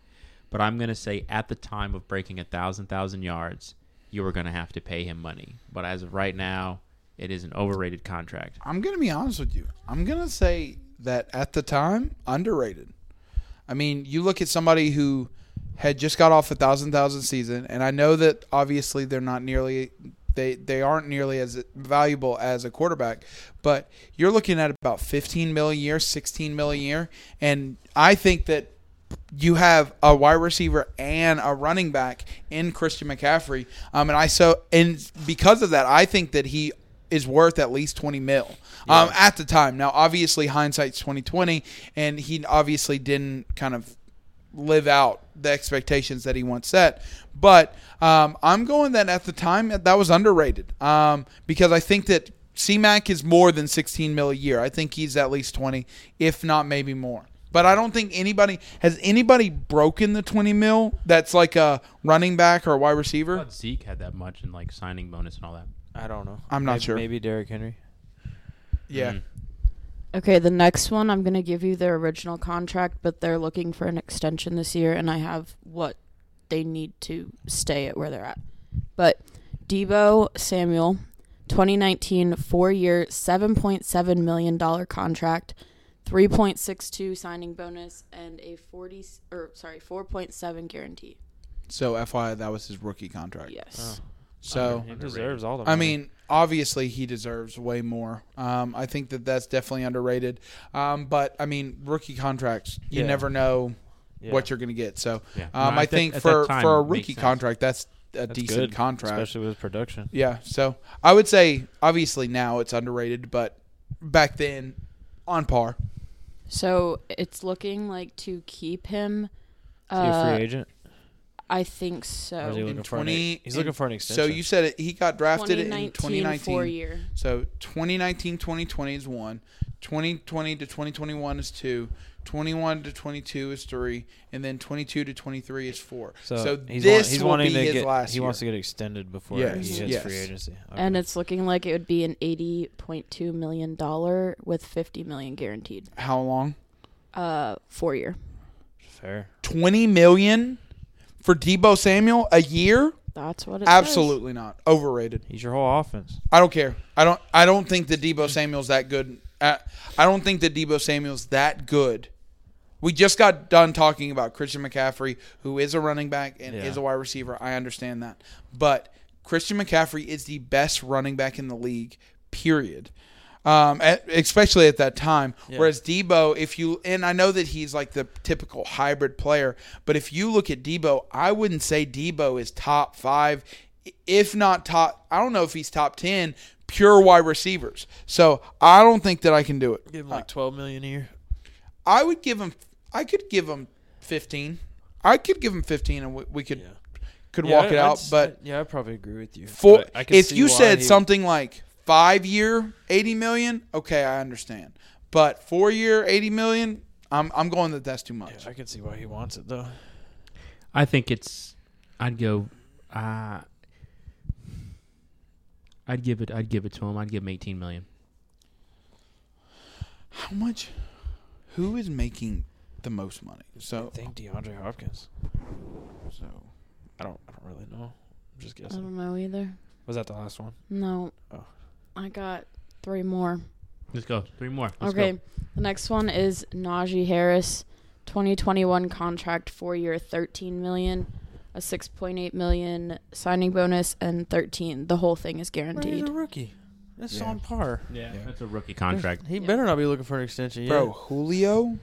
C: but I'm gonna say at the time of breaking a thousand thousand yards, you were gonna have to pay him money. But as of right now, it is an overrated contract.
A: I'm gonna be honest with you. I'm gonna say that at the time, underrated. I mean, you look at somebody who had just got off a thousand thousand season, and I know that obviously they're not nearly they they aren't nearly as valuable as a quarterback, but you're looking at about 15 mil a year, 16 mil a year, and I think that you have a wide receiver and a running back in Christian McCaffrey. Um, and I so and because of that, I think that he is worth at least twenty mil. Um, at the time. Now, obviously, hindsight's twenty twenty, and he obviously didn't kind of live out the expectations that he once set. But um, I'm going that at the time that was underrated um, because I think that CMAC is more than 16 mil a year. I think he's at least 20, if not maybe more. But I don't think anybody has anybody broken the 20 mil. That's like a running back or a wide receiver.
C: But Zeke had that much in like signing bonus and all that.
B: I don't know.
A: I'm not
B: Maybe-
A: sure.
B: Maybe Derrick Henry.
C: Mm-hmm.
A: Yeah.
E: Okay, the next one I'm gonna give you their original contract, but they're looking for an extension this year, and I have what they need to stay at where they're at. But Debo Samuel, 2019 four-year, 7.7 million dollar contract, 3.62 signing bonus, and a 40 or sorry 4.7 guarantee.
A: So FYI, that was his rookie contract.
E: Yes.
B: Ah.
A: So
B: He deserves all the money.
A: I mean, obviously, he deserves way more. Um, I think that that's definitely underrated. Um, but I mean, rookie contracts, you
B: Yeah.
A: never know
B: Yeah.
A: what you're going to get. So
C: Yeah.
A: um,
C: No,
A: I
C: at that-
A: think
C: at
A: for
C: that time,
A: for a
C: it makes
A: rookie
C: sense.
A: contract, that's a
B: That's
A: decent
B: good,
A: contract.
B: especially with production.
A: Yeah. So I would say, obviously, now it's underrated, but back then, on par.
E: So it's looking like to keep him
B: Is he a
E: Uh,
B: free agent?
E: I
B: Or
E: think
B: is he
E: so.
A: In
B: looking for an-
A: 20
B: he's looking for an
A: So
B: extension.
A: you said it, he got drafted in 2019.
E: four year.
A: So 2019 2020 is one, 2020 to 2021 is two, 21 to 22 is three, and then 22 to 23 is four. So,
B: he's, wa-
A: this
B: he's
A: will
B: wanting
A: be
B: to
A: his
B: get,
A: last
B: He
A: year.
B: wants to get extended before
A: Yes,
B: he hits
A: yes.
B: free agency. Okay.
E: And it's looking like it would be an eighty point two million dollar with fifty million guaranteed.
A: How long?
E: Uh, four year.
B: fair.
A: 20 million for Debo Samuel a year?
E: That's what it says.
A: Absolutely not. Overrated.
B: He's your whole offense.
A: I don't care. I don't. I don't think that Debo Samuel's that good. I, I don't think that Debo Samuel's that good. We just got done talking about Christian McCaffrey, who is a running back and
B: Yeah.
A: is a wide receiver. I understand that, but Christian McCaffrey is the best running back in the league. Period. Um, at, especially at that time. Whereas Debo, if you and I know that he's like the typical hybrid player, but if you look at Debo, I wouldn't say Debo is top five if not top, I don't know if he's top 10 pure wide receivers. So I don't think that I can do it.
B: Give him like twelve million a year.
A: I would give him, I could give him 15. I could give him 15 and we, we could, could walk it out. but
B: yeah, I probably agree with you.
A: for,
B: But I can
A: if
B: see
A: you
B: why
A: said
B: he-
A: something like five year, 80 million, okay, I understand. But four year, 80 million, I'm, I'm going that that's too much.
B: I can see why he wants it though.
C: I think it's. I'd go. Uh, I'd give it. I'd give it to him. I'd give him eighteen million.
A: How much? Who is making the most money? So,
B: I think DeAndre Hopkins.
A: so
B: I don't. I don't really know. I'm just
E: I
B: guessing.
E: don't know either.
B: Was that the last one?
E: No.
B: Oh.
E: I got three more.
C: Let's go. Three more. Let's
E: okay.
C: Go.
E: The next one is Najee Harris, 2021 contract, four year, 13 million, a 6.8 million signing bonus, and 13. The whole thing is guaranteed.
B: rookie. That's
A: Yeah. on
B: par.
C: Yeah,
A: Yeah.
C: that's a rookie contract.
B: He
E: Yeah.
B: better not be looking for an extension. Yeah.
A: Bro, Julio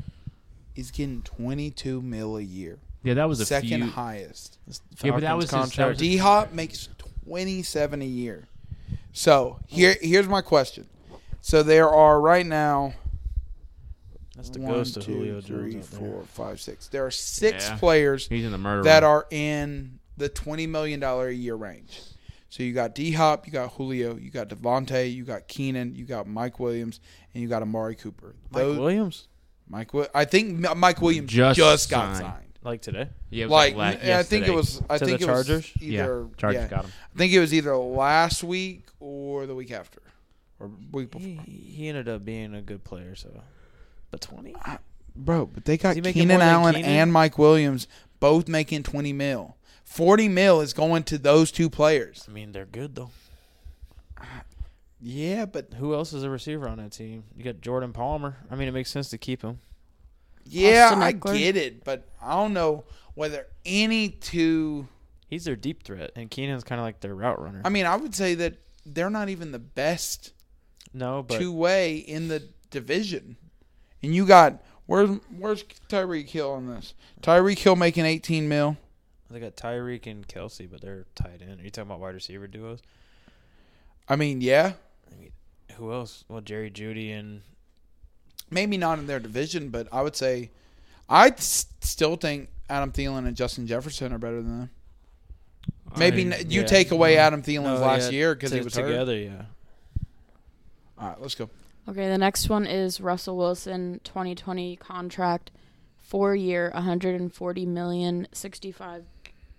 A: is getting 22 mil a year.
C: Yeah, that was a
A: Second
C: few.
A: highest.
B: This
C: Yeah, but that
B: Falcons
C: was his- that
B: contract.
C: was his-
A: D Hop makes 27 a year. So, here here's my question. So there are right now
B: That's the
A: one,
B: ghost of
A: two,
B: Julio
A: three,
B: Jones. out there.
A: four, five, six. There are six
C: Yeah.
A: players
C: He's in the murder.
A: that
C: row.
A: are in the $20 million a year range. So you got D Hop, you got Julio, you got Devontae, you got Keenan, you got Mike Williams, and you got Amari Cooper.
B: Mike
A: Those,
B: Williams,
A: Mike, Wi- I think M- Mike Williams just,
C: Just
A: got
C: signed.
A: signed.
B: like today.
C: Yeah, it was
A: Like,
C: la-
A: I think it
C: yesterday.
A: was. I
B: To the
A: think it
B: Chargers?
A: was either.
C: yeah, Chargers
A: yeah.
C: got him.
A: I think it was either last week or the week after, or week before.
B: He, he ended up being a good player. So, but twenty.
A: Bro, but they got
B: Is he making
A: Keenan
B: more than
A: Allen
B: Keenan?
A: and Mike Williams both making twenty mil. Forty mil is going to those two players.
B: I mean, they're good though.
A: Yeah, but
B: Who else is a receiver on that team? You got Jordan Palmer. I mean, it makes sense to keep him.
A: yeah,
E: Austin
A: I
E: Eckler.
A: get it. But I don't know whether any two.
B: He's their deep threat, and Keenan's kind of like their route runner.
A: I mean, I would say that they're not even the best
B: no, but
A: two way in the division. And you got where's where's Tyreek Hill on this? Tyreek Hill making eighteen mil.
B: they got Tyreek and Kelsey, but they're tight end. Are you talking about wide receiver duos?
A: I mean, yeah,
B: Who else? Well, Jerry Judy and
A: maybe not in their division, but I would say I s- still think Adam Thielen and Justin Jefferson are better than them. Maybe
C: I-
A: n- you
B: yeah.
A: take away Adam Thielen's
B: No,
A: last
B: Oh, yeah,
A: year because he
B: to-
A: was together.
B: together. Yeah,
A: All right, let's go.
E: Okay, the next one is Russell Wilson, 2020 contract, four year, 140 million, 65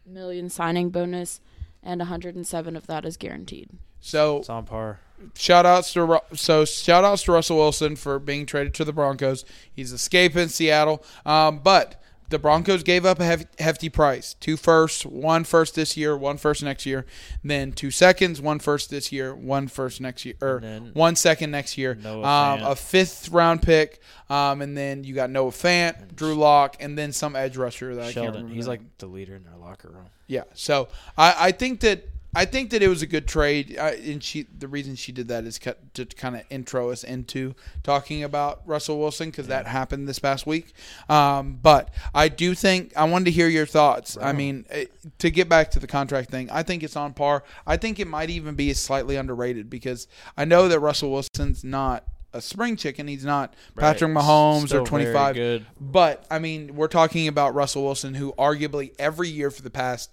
E: million signing bonus, and 107 of that is guaranteed.
A: So
B: it's on par.
A: shout outs to Ru- so shout outs to Russell Wilson for being traded to the Broncos. He's escaping Seattle, um, but the Broncos gave up a hef- hefty price: two firsts, one first this year, one first next year, then two seconds, one first this year, one first next year, or
B: then
A: one second next year,
B: Noah
A: um,
B: Fant.
A: a fifth round pick, um, and then you got Noah Fant, Drew Lock, and then some edge rusher that I can't
B: Sheldon,
A: remember.
B: he's
A: their
B: like the leader in their locker room.
A: yeah. So I, I think that I think that it was a good trade, I, and she the reason she did that is cut, to kind of intro us into talking about Russell Wilson because that happened this past week. Um, but I do think I wanted to hear your thoughts. I mean, it, to get back to the contract thing, I think it's on par. I think it might even be slightly underrated because I know that Russell Wilson's not a a spring chicken. He's not
B: Right.
A: Patrick Mahomes
B: Still
A: or
B: very
A: 25.
B: good.
A: But I mean, we're talking about Russell Wilson, who arguably every year for the past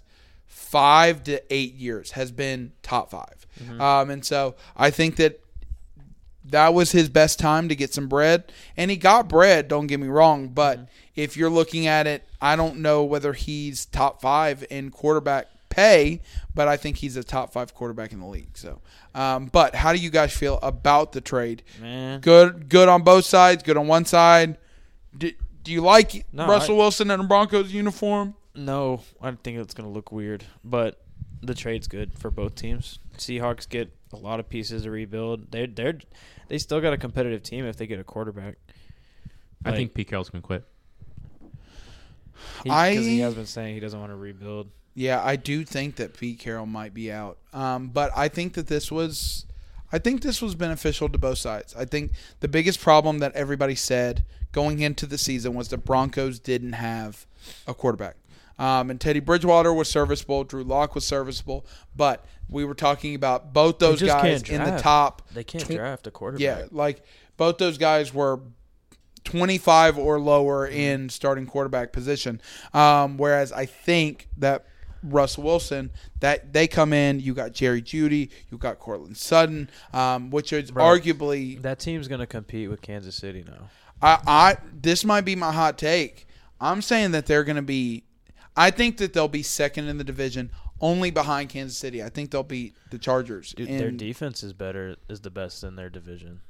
A: five to eight years has been top 5 Um, and so I think that that was his best time to get some bread, and he got bread. Don't get me wrong, but if you're looking at it, I don't know whether he's top five in quarterback pay, but I think he's a top five quarterback in the league. So, um, but how do you guys feel about the trade?
B: Man.
A: Good, good on both sides. Good on one side. Do, do you like
B: No,
A: Russell
B: I-
A: Wilson in a Broncos uniform?
B: No, I think it's going to look weird, but the trade's good for both teams. Seahawks get a lot of pieces to rebuild. They they're they still got a competitive team if they get a quarterback.
C: I think Pete Carroll's gonna quit.
B: he, 'cause he
A: I-
B: has been saying he doesn't want to rebuild.
A: Yeah, I do think that Pete Carroll might be out. Um, but I think that this was I think this was beneficial to both sides. I think the biggest problem that everybody said going into the season was the Broncos didn't have a quarterback. Um, and Teddy Bridgewater was serviceable, Drew Lock was serviceable, but we were talking about both those
B: just
A: guys
B: can't
A: in the
B: draft.
A: top
B: They can't
A: Tw-
B: draft a quarterback.
A: yeah, like both those guys were 25 or lower
B: Mm-hmm.
A: in starting quarterback position. Um, whereas I think that Russ Wilson, that they come in, you got Jerry Judy, you got Cortland Sutton, um, which is
B: Bro.
A: arguably
B: That team's going to compete with Kansas City now.
A: I, I this might be my hot take. I'm saying that they're going to be. I think that they'll be second in the division, only behind Kansas City. I think they'll beat the Chargers.
B: Dude,
A: in-
B: their defense is better is the best in their division.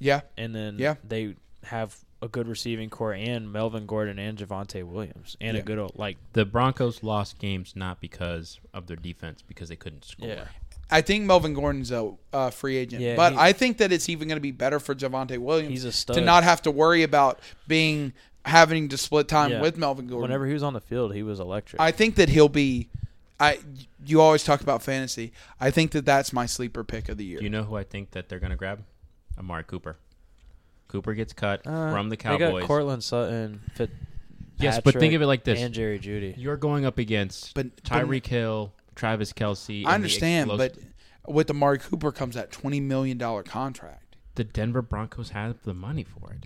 A: yeah,
B: And then
A: Yeah.
B: they have a good receiving core and Melvin Gordon and Javante Williams and
A: Yeah.
B: a good old, like
C: The Broncos lost games not because of their defense, because they couldn't score.
A: I think Melvin Gordon's a uh, free agent,
B: Yeah,
A: but
B: he-
A: I think that it's even going to be better for Javante Williams
B: He's a stud.
A: to not have to worry about being having to split time
B: Yeah.
A: with Melvin Gordon.
B: Whenever he was on the field, he was electric.
A: I think that he'll be. I you always talk about fantasy. I think that that's my sleeper pick of the year.
C: Do you know who I think that they're gonna grab? Amari Cooper. Cooper gets cut
B: Uh,
C: from the
B: They
C: Cowboys.
B: got Cortland Sutton. Fit,
C: Yes, but think of it like this.
B: And Jerry Judy.
C: You're going up against
A: But- but-
C: Tyreek Hill, Travis Kelsey.
A: I understand, but with Amari Cooper comes that twenty million dollar contract.
C: the Denver Broncos have the money for it.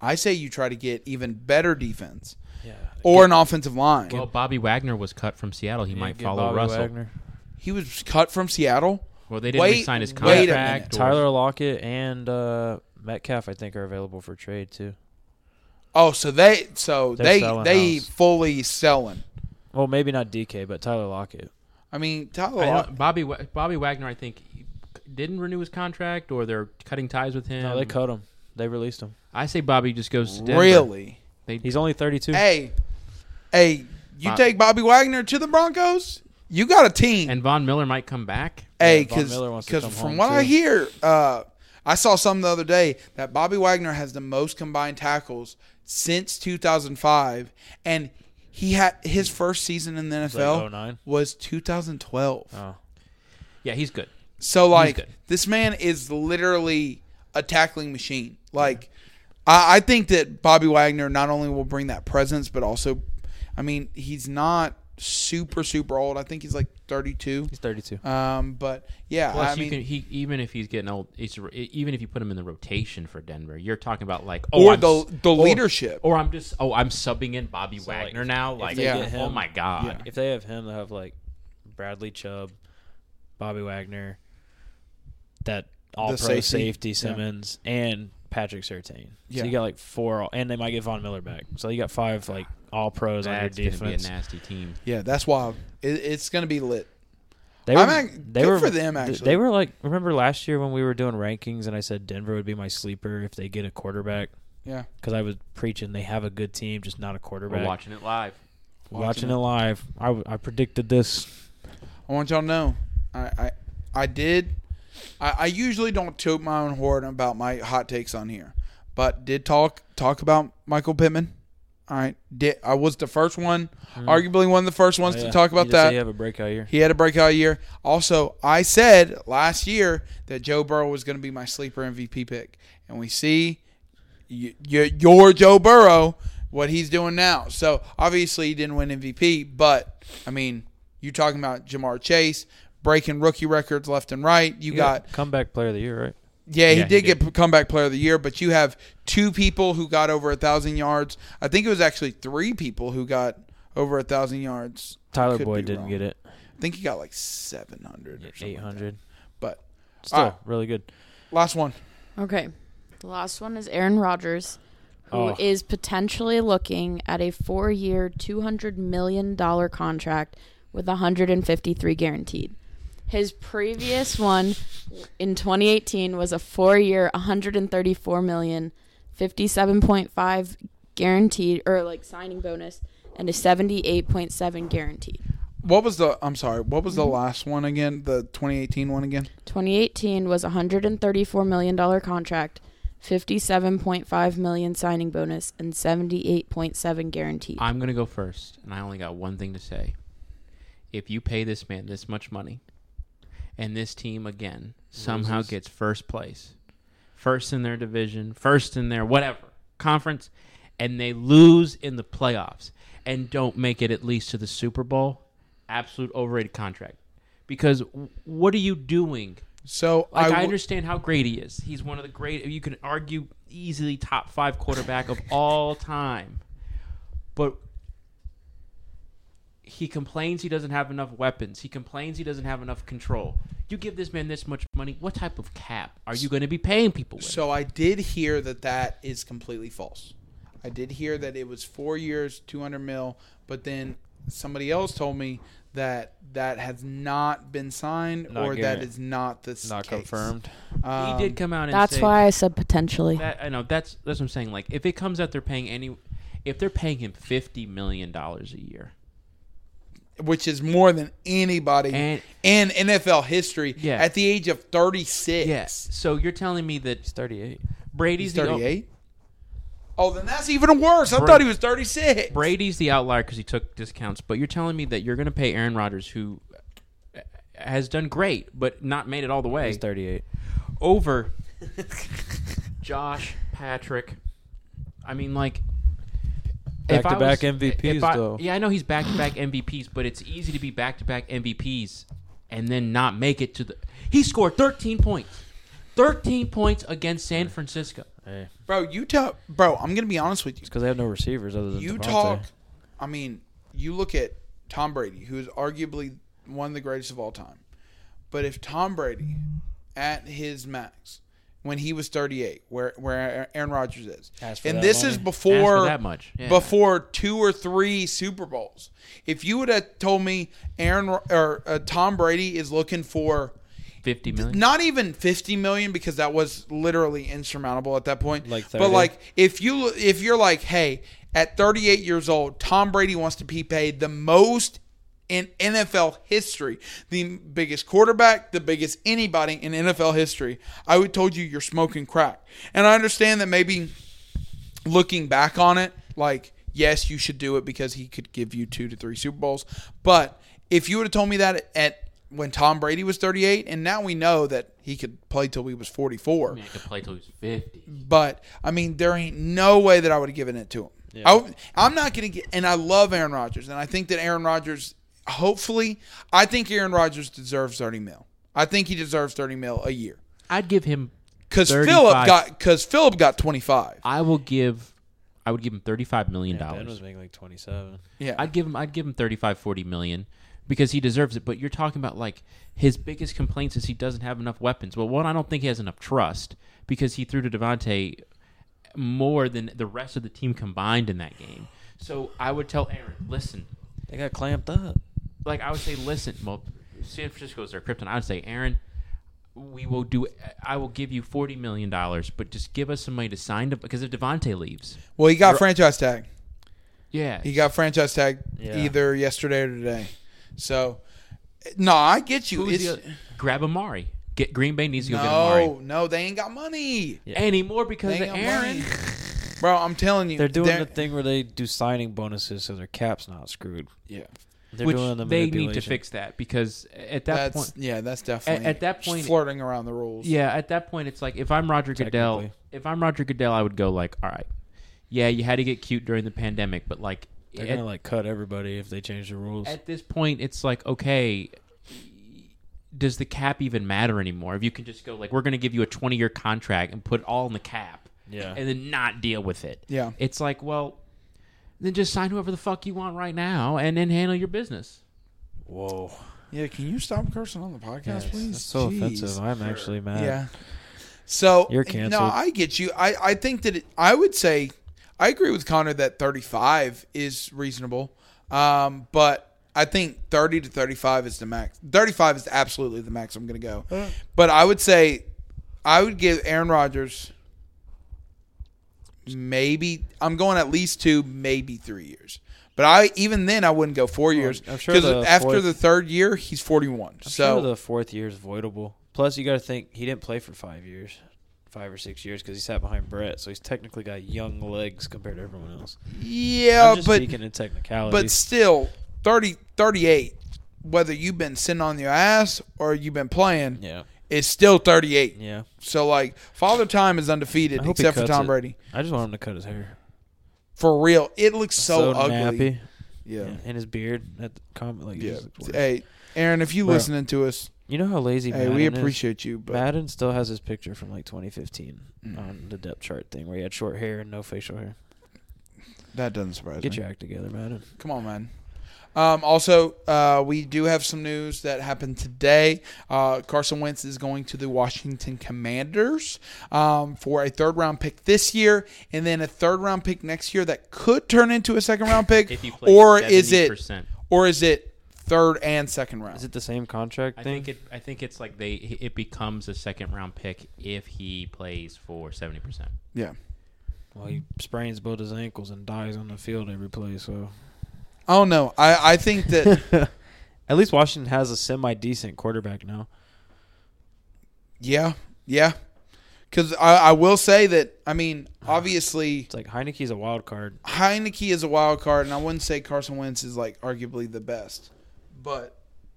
A: I say you try to get even better defense
B: Yeah.
A: or an offensive line.
C: Well, Bobby Wagner was cut from Seattle. He might
B: Get
C: follow
B: Bobby
C: Russell.
B: Wagner.
A: he was cut from Seattle.
C: Well, they didn't
A: Wait-
C: re-sign his
A: wait a minute.
C: contract. or-
B: Tyler Lockett and uh, Metcalf, I think, are available for trade too.
A: Oh, so they so
B: They're
A: they
B: selling
A: they
B: house.
A: fully selling.
B: Well, maybe not DK, but Tyler Lockett.
A: I mean,
C: I
A: Tyler
C: don't-
A: Lock-
C: Bobby Wa- Bobby Wagner, I think, didn't renew his contract, or they're cutting ties with him.
B: No, they cut him. They released him.
C: I say Bobby just goes to Denver.
A: Really?
C: They,
B: He's only 32.
A: Hey, hey, you
C: Bob-
A: take Bobby Wagner to the Broncos? You got a team.
C: and Von Miller might come back.
A: hey,
B: Yeah, Von
A: because
B: Miller wants to come
A: from
B: home,
A: what I
B: too.
A: hear, uh, I saw something the other day that Bobby Wagner has the most combined tackles since 2005, and he had his first season in the
B: like
A: NFL
B: 09?
A: was 2012.
B: Oh.
C: Yeah, he's good.
A: So like
C: good.
A: this man is literally a tackling machine. Like I, I think that Bobby Wagner not only will bring that presence, but also, I mean, he's not super super old. I think he's like thirty two.
B: He's 32.
A: Um, but yeah,
C: Plus,
A: I
C: you
A: mean,
C: can he even if he's getting old, it's, e, even if you put him in the rotation for Denver, you're talking about like oh,
A: or
C: I'm
A: the
C: s-
A: the
C: or-
A: leadership.
C: or I'm just oh I'm subbing in Bobby
B: like,
C: Wagner now. Like
A: they
B: get
C: oh
B: him-
C: my god,
A: Yeah.
B: If they have him, they'll have like Bradley Chubb, Bobby Wagner, that all pro
A: safety.
B: safety,
A: Yeah.
B: Simmons, and Patrick Sertain.
A: Yeah.
B: So you got like four, all, and they might get Von Miller back. So you got five like all pros on your
C: that's gonna be a
B: defense.
C: nasty team.
A: yeah, that's wild. It, it's gonna be lit.
B: They
A: I'm ac- good for them,
B: th-
A: actually.
B: they were like, remember last year when we were doing rankings and I said Denver would be my sleeper if they get a quarterback
A: Yeah,
B: because I was preaching they have a good team, just not a
C: We're
B: quarterback.
C: watching it live.
B: watching it live, I, w- I predicted this.
A: I want y'all to know, I I, I did. I, I usually don't tote my own horn about my hot takes on here, but did talk talk about Michael Pittman. All right, did I was the first one, arguably one of the first ones
B: Mm. Oh, Yeah.
A: to talk about
B: You just say
A: that.
B: You have a breakout year.
A: He had a breakout year. Also, I said last year that Joe Burrow was going to be my sleeper MVP pick, and we see y- y- your Joe Burrow what he's doing now. So obviously he didn't win MVP, but I mean, you talking about Jamar Chase breaking rookie records left and right. You got
B: comeback player of the year, right?
A: Yeah, he
C: Yeah, he
A: did
C: did.
A: get comeback player of the year, but you have two people who got over a thousand yards. I think it was actually three people who got over a thousand yards.
B: Tyler
A: Could
B: Boyd
A: be
B: didn't
A: wrong.
B: get it.
A: I think he got like seven hundred or something.
B: Eight
A: like that.
B: hundred.
A: But
B: Still
A: Alright.
B: really good.
A: last one.
E: Okay. The last one is Aaron Rodgers, who
B: Oh.
E: is potentially looking at a four year, $200 million contract with 153 guaranteed. His previous one in 2018 was a four year, $134 million, 57.5 guaranteed, or like signing bonus, and a 78.7 guaranteed.
A: What was the? I'm sorry. What
B: Mm-hmm.
A: was the last one again? The 2018 one again?
E: 2018 was a $134 million contract, 57.5 million signing bonus, and 78.7 guaranteed.
C: I'm gonna go first, and I only got one thing to say. If you pay this man this much money, and this team again somehow gets first place, first in their division, first in their whatever conference, and they lose in the playoffs and don't make it at least to the Super Bowl, absolute overrated contract. Because w- what are you doing?
A: So
C: Like I,
A: I, w-
C: understand how great he is. He's one of the great. You can argue easily top five quarterback of all time, but he complains he doesn't have enough weapons. He complains he doesn't have enough control. You give this man this much money. What type of cap are you going to be paying people with?
A: So I did hear that that is completely false. I did hear that it was four years, 200 mil, but then somebody else told me that that has not been signed
B: Not
A: or that
B: guaran-
A: is not the s-
B: Not
A: case.
B: confirmed.
A: Um,
C: he did come out and
E: That's
C: say-
E: why I said potentially.
C: That, I know that's that's what I'm saying. Like if it comes out, they're paying any. If they're paying him fifty million dollars a year,
A: which is more than anybody
C: And-
A: in NFL history
C: Yeah.
A: at the age of 36.
C: yeah. So you're telling me that
B: He's thirty eight.
C: Brady's
A: He's
C: the o-
A: 38. Oh, then that's even worse. I thought he was 36.
C: Brady's the outlier because he took discounts, but you're telling me that you're going to pay Aaron Rodgers, who uh, has done great but not made it all the way,
B: He's thirty eight.
C: over Josh Patrick. I mean, like if I
B: Back-to-back
C: was-
B: MVPs,
C: if I-
B: though.
C: Yeah, I know he's back to back MVPs, but it's easy to be back to back MVPs and then not make it to the. He scored 13 points, 13 points against San Francisco.
B: Hey.
A: Bro, you tell bro, I'm going to be honest with you.
B: It's because they have no receivers other than
A: you
B: Devontae.
A: talk i mean you look at tom brady who is arguably one of the greatest of all time but if tom brady at his max when he was 38 where where aaron rodgers is
B: Ask for
A: and
B: that
A: this
B: money.
A: is
C: Ask
A: before
C: for that much. Yeah.
A: before two or three super bowls if you would have told me aaron Ro- or uh, tom brady is looking for
C: 50 million.
A: not even 50 million because that was literally insurmountable at that point
B: Like 30?
A: but like if you if you're like hey at 38 years old tom brady wants to be paid the most in nfl history the biggest quarterback the biggest anybody in nfl history i would told you you're smoking crack and i understand that maybe looking back on it, like, yes, you should do it because he could give you two to three Super Bowls. But if you would have told me that at when Tom Brady was 38, and now we know that he could play till he was 44.
C: Man, I could play till he's 50.
A: But I mean, there ain't no way that I would have given it to him. I would- I'm not going to get, and I love Aaron Rodgers, and I think that Aaron Rodgers, hopefully, I think Aaron Rodgers deserves 30 mil. I think he deserves 30 mil a year
C: I'd give him
A: because Philip
C: 35.
A: got because Philip got 25.
C: I will give. I would give him thirty-five million
B: Ben was
C: dollars.
B: making like twenty seven.
A: Yeah,
C: I'd give him. I'd give him 35, 40 million because he deserves it. But you're talking about like his biggest complaints is he doesn't have enough weapons. Well, one, I don't think he has enough trust because he threw to Devontae more than the rest of the team combined in that game. So I would tell Aaron, listen,
B: They got clamped up.
C: like I would say, listen, well, San Francisco is their krypton. I would say, Aaron, we will do. I will give you forty million dollars, but just give us some money to sign to because if Devontae leaves,
A: well, he got franchise tag.
C: yeah,
A: He got franchise tag
B: Yeah.
A: either yesterday or today. So, no, I get you.
C: Who is
A: It's-
C: the- grab Amari. Get Green Bay needs to go get
A: no,
C: Amari
A: no, they ain't got money,
C: anymore because
A: They
C: of
A: ain't
C: Aaron.
A: money. bro. I'm telling you,
B: They're doing
A: they're-
B: the thing where they do signing bonuses so their cap's not screwed.
A: Yeah,
B: They're
C: which
B: doing the
C: they need to
B: manipulation.
C: fix that because at that
A: that's
C: point,
A: yeah, that's definitely
C: at that point-
A: flirting around the rules.
C: yeah, at that point, it's like if I'm Roger Goodell,
B: Technically.
C: if I'm Roger Goodell, I would go like, all right, yeah, you had to get cute during the pandemic, but like
B: They're
C: at,
B: gonna like cut everybody if they change the rules.
C: at this point, it's like okay, does the cap even matter anymore? If you can just go like, we're going to give you a 20 year contract and put it all in the cap,
B: Yeah.
C: and then not deal with it.
A: Yeah.
C: it's like, well, then just sign whoever the fuck you want right now, and then handle your business.
B: Whoa.
A: Yeah, can you stop cursing on the podcast, please?
B: That's so
A: Jeez.
B: offensive. I'm actually mad.
A: Yeah. So
B: You're
A: No,
B: canceled.
A: I get you. I, I think that it, I would say I agree with Connor that 35 is reasonable, um, but I think 30 to 35 is the max. 35 is absolutely the max I'm going to go. But I would say I would give Aaron Rodgers maybe I'm going at least two, maybe three years. But I even then I wouldn't go four years
B: I'm sure the
A: after
B: fourth-
A: the third year he's 41. so
B: So the fourth year is voidable. Plus, you got to think he didn't play for five years, five or six years, because he sat behind Brett. So he's technically got young legs compared to everyone else.
A: yeah,
B: I'm just
A: Uh, but
B: speaking in
A: But
B: technicalities.
A: still, 30, 38, whether you've been sitting on your ass or you've been playing,
B: yeah,
A: it's still 38.
B: yeah.
A: So, like, Father Time is undefeated
B: I hope he
A: except for
B: cuts
A: Tom
B: it.
A: Brady.
B: I just want him to cut his hair.
A: For real. It looks so, ugly.
B: nappy.
A: Yeah.
B: Yeah, and his beard at the comment like
A: Yeah.
B: yeah.
A: Hey, Aaron, if you
B: Bro.
A: listening to us,
B: you know how lazy.
A: hey,
B: Madden
A: we
B: is?
A: appreciate you. But Mm.
B: Madden still has his picture from like 2015 on the depth chart thing where he had short hair and no facial hair.
A: that doesn't surprise
B: Get
A: me.
B: your act together, Madden.
A: Come on, man. Um, also, uh, we do have some news that happened today. Uh, Carson Wentz is going to the Washington Commanders um, for a third round pick this year, and then a third round pick next year that could turn into a second round pick,
C: If you play
A: or is it,
C: 70%.
A: or is it third and second round?
B: Is it the same contract
C: I
B: thing?
C: think it. I think it's like they. It becomes a second round pick if he plays for seventy percent.
A: yeah.
B: Well, he sprains both his ankles and dies on the field every play. So
A: I don't know. I, I think that
B: at least Washington has a semi decent quarterback now.
A: yeah, yeah. Because I, I will say that I mean obviously
B: It's like Heineke's a wild card.
A: Heineke is a wild card, and I wouldn't say Carson Wentz is like arguably the best, but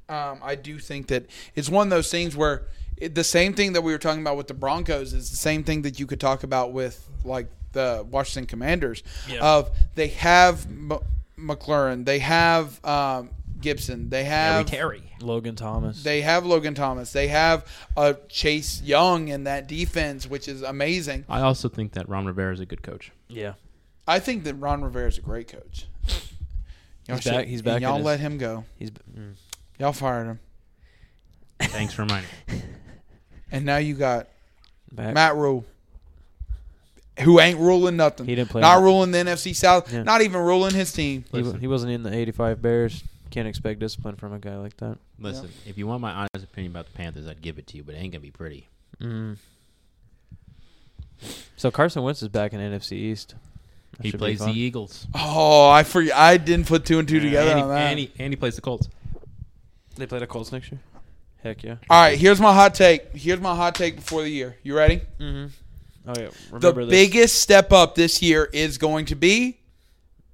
A: um, I do think that it's one of those things where it, the same thing that we were talking about with the Broncos is the same thing that you could talk about with like the Washington Commanders of they have M- McLaurin, they have um, Gibson, they have
B: Logan Thomas.
A: they have Logan Thomas, they have uh, Chase Young in that defense, which is amazing.
C: I also think that Ron Rivera is a good coach.
B: yeah,
A: I think that Ron Rivera is a great coach. Y'all
B: He's back-
A: should-
B: he's
A: and
B: back in
A: Y'all
B: his-
A: let him go.
B: he's b- mm.
A: Y'all fired him,
C: Thanks for reminding. me.
A: and now you got
B: back.
A: Matt Rule, who ain't ruling nothing.
B: He didn't play
A: Not
B: him.
A: ruling the NFC South.
B: Yeah.
A: Not even ruling his team.
B: He, wa-
C: Listen.
B: he wasn't in the '85 Bears. Can't expect discipline from a guy like that.
C: Listen, if you want my honest opinion about the Panthers, I'd give it to you, but it ain't gonna be pretty.
B: Mm. So Carson Wentz is back in NFC East. That
C: he
B: should be
C: plays the
B: fun.
C: Eagles.
A: Oh, I forget. I didn't put two and two together
C: and, he,
A: on that.
C: and he- and he plays the Colts.
B: They play the Colts next year. Heck yeah.
A: All right, here's my hot take. Here's my hot take before the year. You ready?
B: Mm-hmm. Oh yeah.
A: The
B: Remember this.
A: biggest step up this year is going to be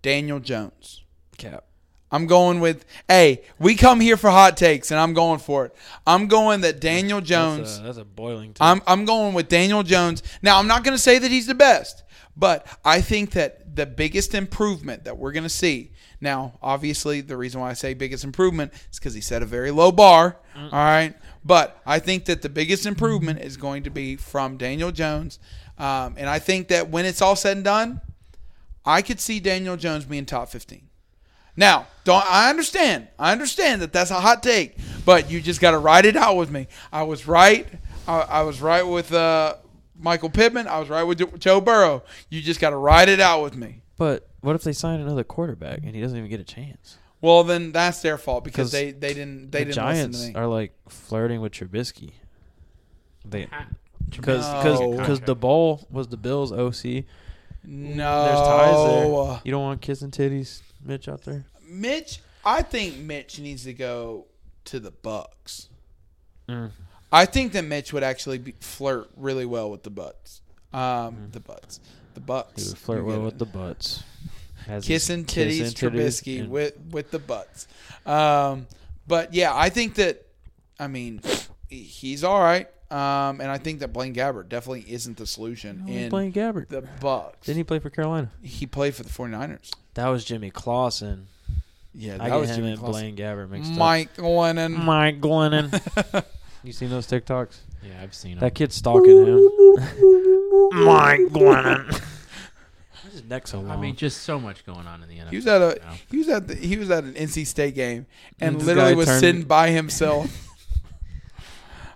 A: Daniel Jones.
B: cap.
A: I'm going with hey, we come here for hot takes and I'm going for it. I'm going that Daniel Jones
B: That's a, that's a boiling. Take.
A: I'm I'm going with Daniel Jones. Now I'm not going to say that he's the best, but I think that the biggest improvement that we're going to see. Now, obviously, the reason why I say biggest improvement is because he set a very low bar.
B: Mm.
A: all right, but I think that the biggest improvement is going to be from Daniel Jones, um, and I think that when it's all said and done, I could see Daniel Jones being top 15. Now, don't I understand? I understand that that's a hot take, but you just got to ride it out with me. I was right. I, I was right with uh, Michael Pittman. I was right with Jo- Joe Burrow. You just got to ride it out with me.
B: But what if they sign another quarterback and he doesn't even get a chance?
A: Well, then that's their fault because
B: 'Cause
A: they, they didn't they
B: the
A: didn't
B: Giants
A: listen to me.
B: are like flirting with Trubisky. They because
A: No.
B: because because the ball was the Bills OC.
A: no,
B: There's ties
A: Oh.
B: there. You don't want kissing titties, Mitch, out there.
A: Mitch, I think Mitch needs to go to the Bucks.
B: Mm.
A: I think that Mitch would actually be, flirt really well with the Bucks. Um, the Bucks, the Bucks.
B: Mm. He would flirt
A: You
B: well
A: get
B: with
A: it.
B: the butts. Has his
A: kissing titties,
B: kissing
A: Trubisky
B: and-
A: with with the butts. Um, but yeah, I think that I mean he's all right, um, and I think that Blaine Gabbert definitely isn't the solution
B: Oh,
A: in
B: Blaine Gabbert.
A: the Bucks.
B: Didn't he play for Carolina?
A: he? played for the 49ers.
B: That was Jimmy Clausen.
A: Yeah,
B: I
A: that
B: get
A: was
B: him
A: Jimmy
B: and
A: Clausen.
B: Blaine Gabbert mixed
A: Mike Lennon.
B: up. Mike Glennon. You seen those TikToks?
C: Yeah, I've seen him.
B: That kid's stalking him. Mike Glennon. His neck so long.
C: I mean, just so much going on in the NFL.
A: He was at a
C: now.
A: he was at the, he was at an NC State game and
B: This
A: literally
B: guy
A: was
B: turned-
A: sitting by himself.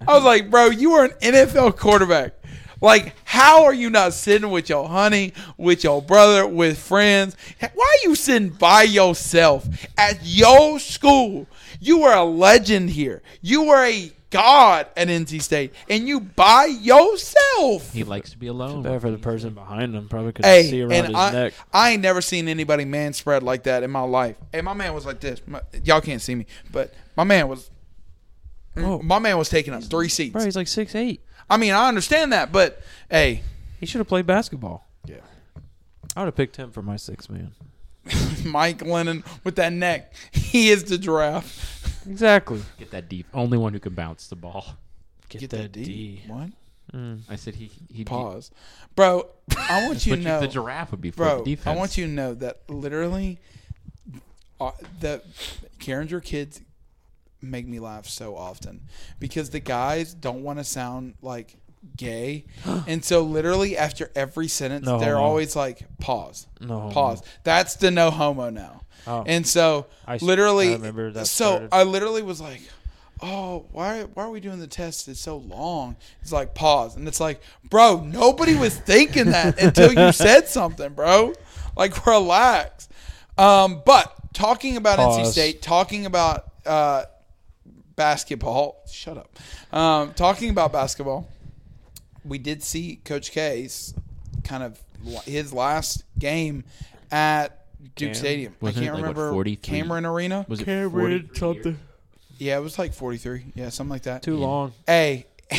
A: I was like, bro, you are an NFL quarterback. Like, how are you not sitting with your honey, with your brother, with friends? Why are you sitting by yourself at your school? You were a legend here. You were a god at NC State, and you by yourself.
C: he likes to be alone.
B: bad for the person behind him. Probably could see
A: Hey,
B: around his
A: and I,
B: neck.
A: I ain't never seen anybody man spread like that in my life. And my man was like this. My- y'all can't see me, but my man was. mm,
B: Oh.
A: My man was taking up three seats.
B: Bro, he's like six eight.
A: I mean, I understand that, but hey,
B: He should have played basketball.
A: Yeah.
B: I would have picked him for my six man.
A: Mike Lennon with that neck, he is the draft.
B: Exactly.
C: Get that deep. Only one who can bounce the ball.
B: Get, that D.
A: What?
C: I said he. he
A: Pause, bro. I want
C: He,
A: you to
C: but you-
A: know,
C: the giraffe would be for
A: bro.
C: the defense.
A: I want you to know that literally, uh, the Carringer kids make me laugh so often because the guys don't want to sound like gay, and so literally after every sentence,
B: No
A: they're
B: homo.
A: always like, "Pause,
B: No homo.
A: pause." That's the no homo now,
B: Oh.
A: and so
B: I s-
A: literally,
B: I remember that
A: so
B: started.
A: I literally was like. Oh, why why are we doing the test? It's so long. It's like pause, and it's like, bro, nobody was thinking that until you said something, bro. Like, relax. Um, but talking about NC
B: Pause.
A: State, talking about uh, basketball. Shut up. Um, talking about basketball, we did see Coach K's kind of la- his last game at Duke
B: Cam-
A: Stadium. I
C: wasn't it
A: can't
C: like, what,
A: remember
C: 43?
A: Cameron Arena.
C: Was it
B: Cameron
C: 43
B: something.
C: years?
A: Yeah, it was like 43. Yeah, something like that.
B: Too long.
A: Hey,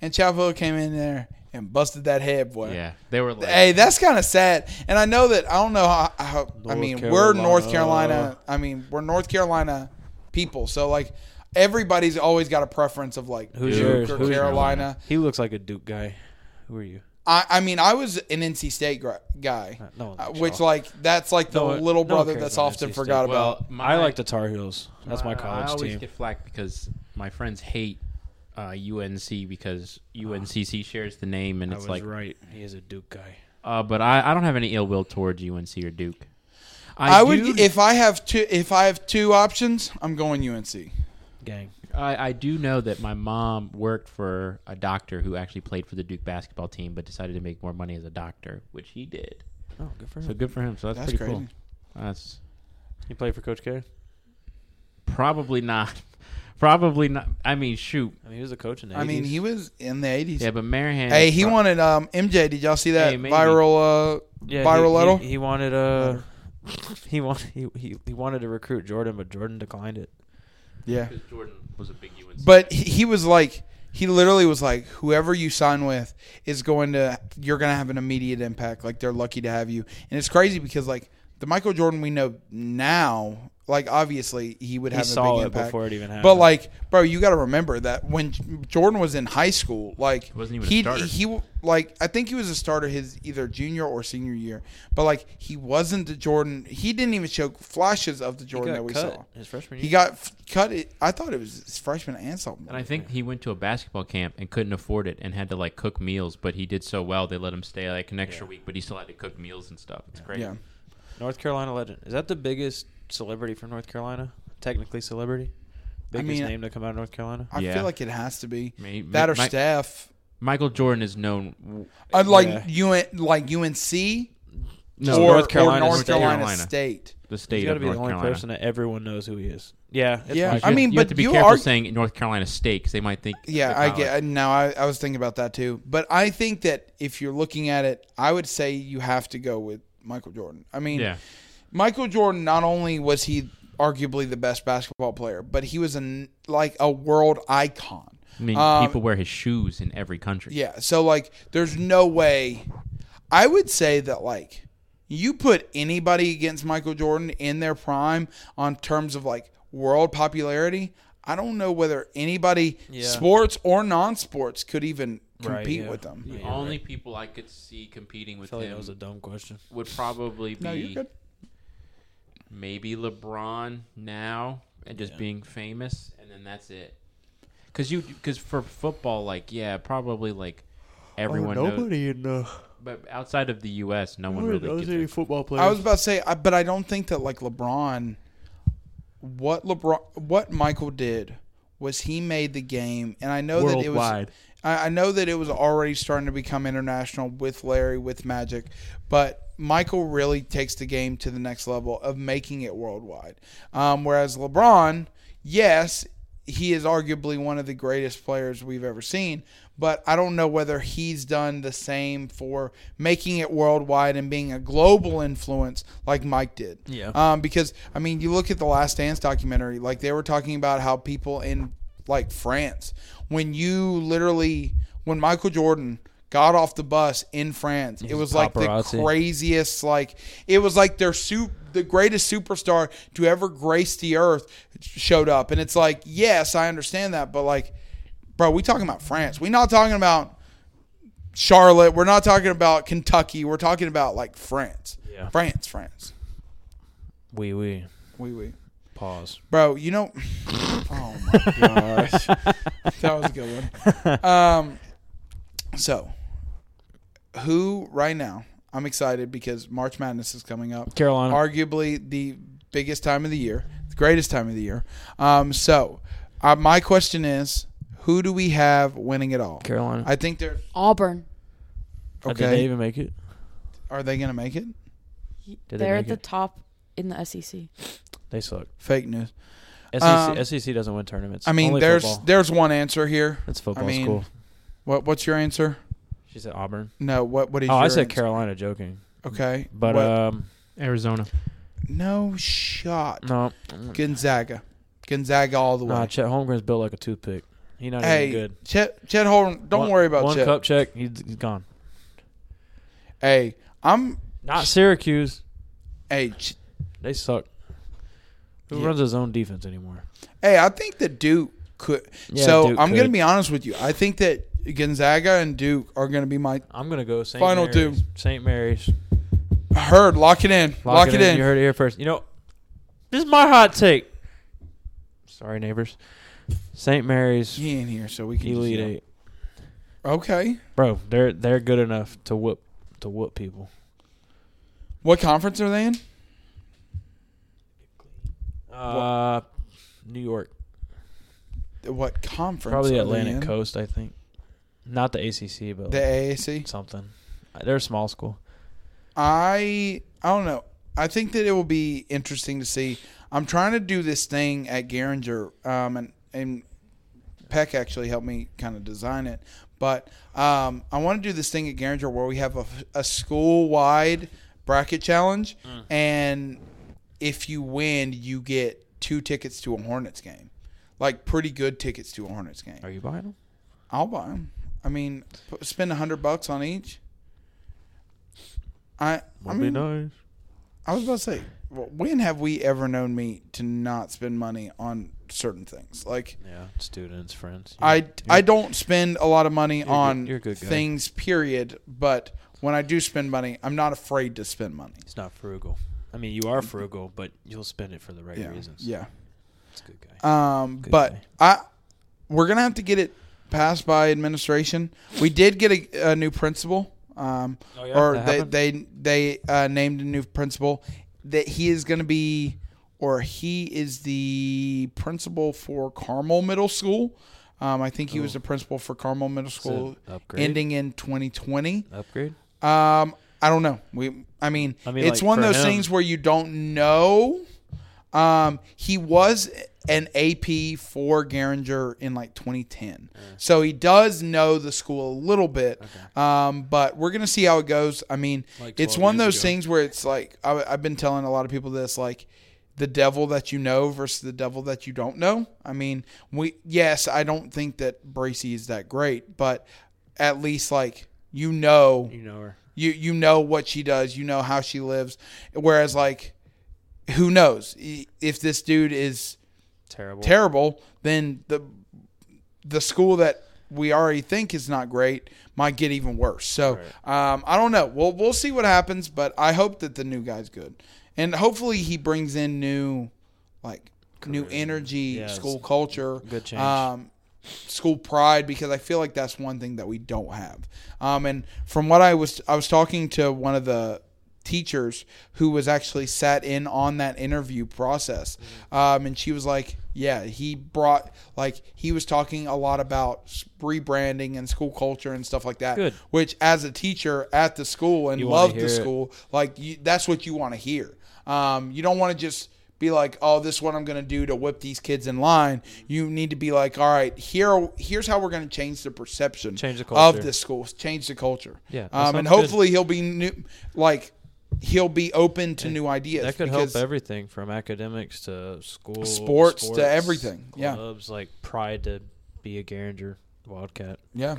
A: and Chavo came in there and busted that head, boy.
C: Yeah, they were like.
A: Hey, that's kind of sad. And I know that I don't know how. how I
B: North
A: mean, we're North
B: Carolina.
A: Carolina. I mean, we're North Carolina people. So like, everybody's always got a preference of like
B: Who's
A: Duke
B: yours?
A: or
B: Who's yours?
A: Carolina.
B: He looks like a Duke guy. Who are you?
A: I, I mean, I was an NC State gr- guy,
B: Uh, no one
A: uh,
B: likes
A: which
B: y'all.
A: like that's like the
B: No one-
A: little
B: no one
A: brother
B: cares
A: that's
B: about
A: often
B: NC State.
A: forgot
C: well,
A: about.
C: my,
B: I like the Tar Heels. That's my
C: I
B: college
C: always
B: team.
C: get flack because my friends hate uh, UNC because UNCC shares the name, and
B: I
C: it's
B: was
C: like.
B: right. He is a Duke guy.
C: Uh, but I, I don't have any ill will towards UNC or Duke.
A: I,
C: do-
A: would if I have two if I have two options, I'm going UNC.
B: Gang.
C: I, I do know that my mom worked for a doctor who actually played for the Duke basketball team, but decided to make more money as a doctor, which he did.
B: Oh, good for
C: So
B: him.
C: good for him. So that's,
A: That's
C: pretty
A: crazy.
C: cool. That's
B: You play for Coach K?
C: probably not. Probably not. I mean, shoot.
B: I mean, he was a coach in the
A: I mean,
B: 80s.
A: he was in the 80s.
C: Yeah, but Marahan.
A: Hey, he
C: pro-
A: wanted um MJ. Did y'all see that
C: Hey, maybe.
A: viral uh
B: Yeah,
A: viral
B: he,
A: letter?
B: He, he wanted uh, he wanted he, he he wanted to recruit Jordan, but Jordan declined it.
A: Yeah.
C: Jordan was a big UNC.
A: But he, he was like he literally was like whoever you sign with is going to you're going to have an immediate impact. Like they're lucky to have you. And it's crazy because like the Michael Jordan we know now, like obviously he would
B: He
A: have a
B: saw
A: big
B: it
A: impact.
B: before it even happened.
A: But
C: Uh-huh.
A: like, bro, you got to remember that when J- Jordan was in high school, like he
C: wasn't even a
A: he,
C: starter.
A: w- like I think he was a starter his either junior or senior year. But like he wasn't the Jordan. He didn't even show flashes of the
B: he
A: Jordan
B: got
A: that we
B: cut
A: saw.
B: his freshman year.
A: He got f- cut. It, I thought it was his freshman and sophomore.
C: and I think he went to a basketball camp and couldn't afford it and had to like cook meals, but he did so well they let him stay like an extra week, but he still had to cook meals and stuff. It's crazy.
A: yeah,
B: North Carolina legend. Is that the biggest celebrity from North Carolina? Technically, celebrity. Biggest
A: mean-
B: name to come out of North Carolina.
A: I
C: Yeah.
A: feel like it has to be
C: May-
A: that or
C: Mi-
A: Steph.
C: Michael Jordan is known.
A: Unlike UN, like UNC
C: No,
A: or
B: North
A: North
B: Carolina
A: Carolina, North
B: State.
A: Carolina
C: Carolina.
A: State.
C: The state
B: He's got to
C: of
B: be
C: North
B: the only
C: Carolina.
B: person that everyone knows who he is. Yeah. it's
A: Yeah.
B: fine.
C: Like,
A: I
C: you-
A: mean,
C: you have
A: but
C: to be
A: you
C: careful
A: are-
C: saying North Carolina State because they might think.
A: Yeah,
C: they're
A: I
C: college.
A: get. Now I, I was thinking about that too, but I think that if you're looking at it, I would say you have to go with Michael Jordan. I mean,
C: Yeah,
A: Michael Jordan not only was he arguably the best basketball player, but he was an like a world icon.
C: I mean,
A: Um,
C: people wear his shoes in every country.
A: Yeah, so like, there's no way. I would say that like, you put anybody against Michael Jordan in their prime on terms of like world popularity. I don't know whether anybody,
B: Yeah.
A: sports or non-sports, could even
B: Right,
A: compete
B: yeah.
A: with them.
C: The
B: Yeah, you're
C: only people I could see competing
B: I
C: with
B: feel like that
C: him
B: was a dumb question.
C: would probably
A: No, you're
C: be
A: good.
C: maybe LeBron now and just being famous, and then that's it. because you because for football, like yeah, probably like everyone knows.
F: nobody in the
C: But outside of the U.S., no one
F: nobody
C: really
F: knows
C: gives
F: any
C: a
F: football players.
A: I was about to say, I, but I don't think that like LeBron, what LeBron, what Michael did was he made the game, and I know that it was.
F: worldwide.
A: I, I know that it was already starting to become international with Larry, with Magic, but Michael really takes the game to the next level of making it worldwide. Um, whereas LeBron, yes, he is arguably one of the greatest players we've ever seen, but I don't know whether he's done the same for making it worldwide and being a global influence like Mike did.
B: Yeah.
A: Um, because I mean, you look at the Last Dance documentary, like they were talking about how people in like France, when you literally, when Michael Jordan got off the bus in France, it was like the
B: paparazzi.
A: craziest, like it was like their soup, the greatest superstar to ever grace the earth showed up, and it's like, yes, I understand that, but like, bro, we talking about France, we not talking about. Charlotte, we're not talking about Kentucky. We're talking about like France,
B: Yeah.
A: France, France.
B: Wee wee.
A: Wee wee.
B: Pause.
A: Bro, you know. Oh my gosh. that was a good one. Um, so, who right now? I'm excited because March Madness is coming up.
B: Carolina.
A: Arguably the biggest time of the year, the greatest time of the year. Um, so, uh, my question is who do we have winning it all?
B: Carolina.
A: I think they're.
E: Auburn.
B: Uh, Did they
A: Okay.
B: even make it?
A: Are they going to make it?
B: they
E: They're
B: make
E: at the
B: it?
E: top in the E SEC.
B: They suck.
A: Fake news.
B: SEC,
A: Um,
B: SEC E doesn't win tournaments.
A: I mean,
B: Only
A: there's
B: football.
A: there's one answer here.
B: That's football
A: I mean-
B: school.
A: What what's your answer?
B: She said Auburn.
A: No, what what is
B: Oh,
A: your
B: I said
A: answer?
B: Carolina, joking.
A: Okay.
B: But
A: What-
B: um,
C: Arizona.
A: No shot.
B: no,
A: Gonzaga. Gonzaga all the way.
B: nah. Chet Holmgren's built like a toothpick. He not
A: hey,
B: even good.
A: Chet, Chet Holmgren, don't
B: One-
A: worry about
B: one
A: Chet.
B: cup check. He's, he's gone.
A: Hey, I'm.
B: Not Syracuse.
A: Hey, Ch-
B: They suck. Who
A: Yeah.
B: runs his own defense anymore?
A: hey, I think that Duke could.
B: Yeah,
A: so
B: Duke
A: I'm going to
B: could.
A: be honest with you. I think that Gonzaga and Duke are going to be my.
B: I'm gonna go St.
A: Final two.
B: Mary's. St. Mary's.
A: Heard. Lock it in. Lock, it, in.
B: You heard it here first. You know, this is my hot take. Sorry, neighbors. St. Mary's
A: He ain't here, so we can.
B: Elite
A: just,
B: Eight,
A: Okay.
B: bro. They're they're good enough to whoop to whoop people.
A: What conference are they in?
B: Uh, New York,
A: What conference? are
B: probably
A: they
B: Atlantic
A: in?
B: Coast. I think, not the ACC, but
A: The
B: like
A: AAC.
B: something. Uh, They're a small school.
A: I I don't know. I think that it will be interesting to see. I'm trying to do this thing at Garinger, um, and and Peck actually helped me kind of design it. But um, I want to do this thing at Garinger where we have a, a school wide bracket challenge, and if you win, you get two tickets to a Hornets game, like pretty good tickets to a Hornets game.
B: Are you buying them?
A: I'll buy them. I mean, p- spend a hundred bucks on each. I I mean,
B: nice.
A: I was about to say, w- when have we ever known me to not spend money on certain things? Like
B: Yeah, students, friends. You-
A: I
B: you-
A: I don't spend a lot of money
B: good-
A: on
B: you're a good guy.
A: things, period. But when I do spend money, I'm not afraid to spend money.
B: It's not frugal. I mean, you are frugal, but you'll spend it for the right
A: Mm-hmm. Yeah,
B: reasons.
A: yeah.
B: it's a good guy.
A: Um,
B: Good
A: but
B: guy.
A: I we're gonna have to get it passed by administration. We did get a, a new principal. Um,
B: Oh, yeah?
A: or
B: That
A: they
B: happened?
A: they they uh, named a new principal that he is going to be, or he is the principal for Carmel Middle School. Um, I think he was the principal for Carmel Middle School,
B: Oh. upgrade.
A: ending in 2020.
B: Upgrade.
A: Um, I don't know. We, I mean,
B: I mean,
A: it's
B: like,
A: one of
B: for
A: those
B: him-
A: things where you don't know. Um, he was an AP for Garinger in like 2010, so he does know the school a little bit. Um, but we're gonna see how it goes. I mean,
B: Like
A: it's
B: 12
A: one of
B: years
A: those
B: ago.
A: things where it's like I, I've been telling a lot of people this, like the devil that you know versus the devil that you don't know. I mean, we yes, I don't think that Bracy is that great, but at least like you know
B: You know her.
A: you you know what she does, you know how she lives. Whereas like, who knows if this dude is
B: Terrible.
A: terrible? Then the the school that we already think is not great might get even worse. So um, I don't know. We'll we'll see what happens, but I hope that the new guy's good, and hopefully he brings in new like new energy,
B: Yeah, it's
A: school culture.
B: good change.
A: Um, school pride because I feel like that's one thing that we don't have. Um, and from what I was, I was talking to one of the teachers who was actually sat in on that interview process, um, and she was like, "Yeah, he brought like he was talking a lot about s- rebranding and school culture and stuff like that."
B: Good.
A: Which, as a teacher at the school and
B: You wanna
A: loved the
B: hear it.
A: school, like you, that's what you want to hear. Um, you don't want to just be like, "Oh, this is what I'm going to do to whip these kids in line." You need to be like, "All right, here, here's how we're going to change the perception,
B: Change the
A: of
B: culture.
A: this school, change the culture."
B: Yeah, that
A: um, and
B: sounds good.
A: hopefully he'll be new, like he'll be open to new ideas.
B: that could help
A: because
B: everything from academics to school,
A: Sports to everything, yeah.
B: clubs like pride to be a Garinger Wildcat.
A: Yeah,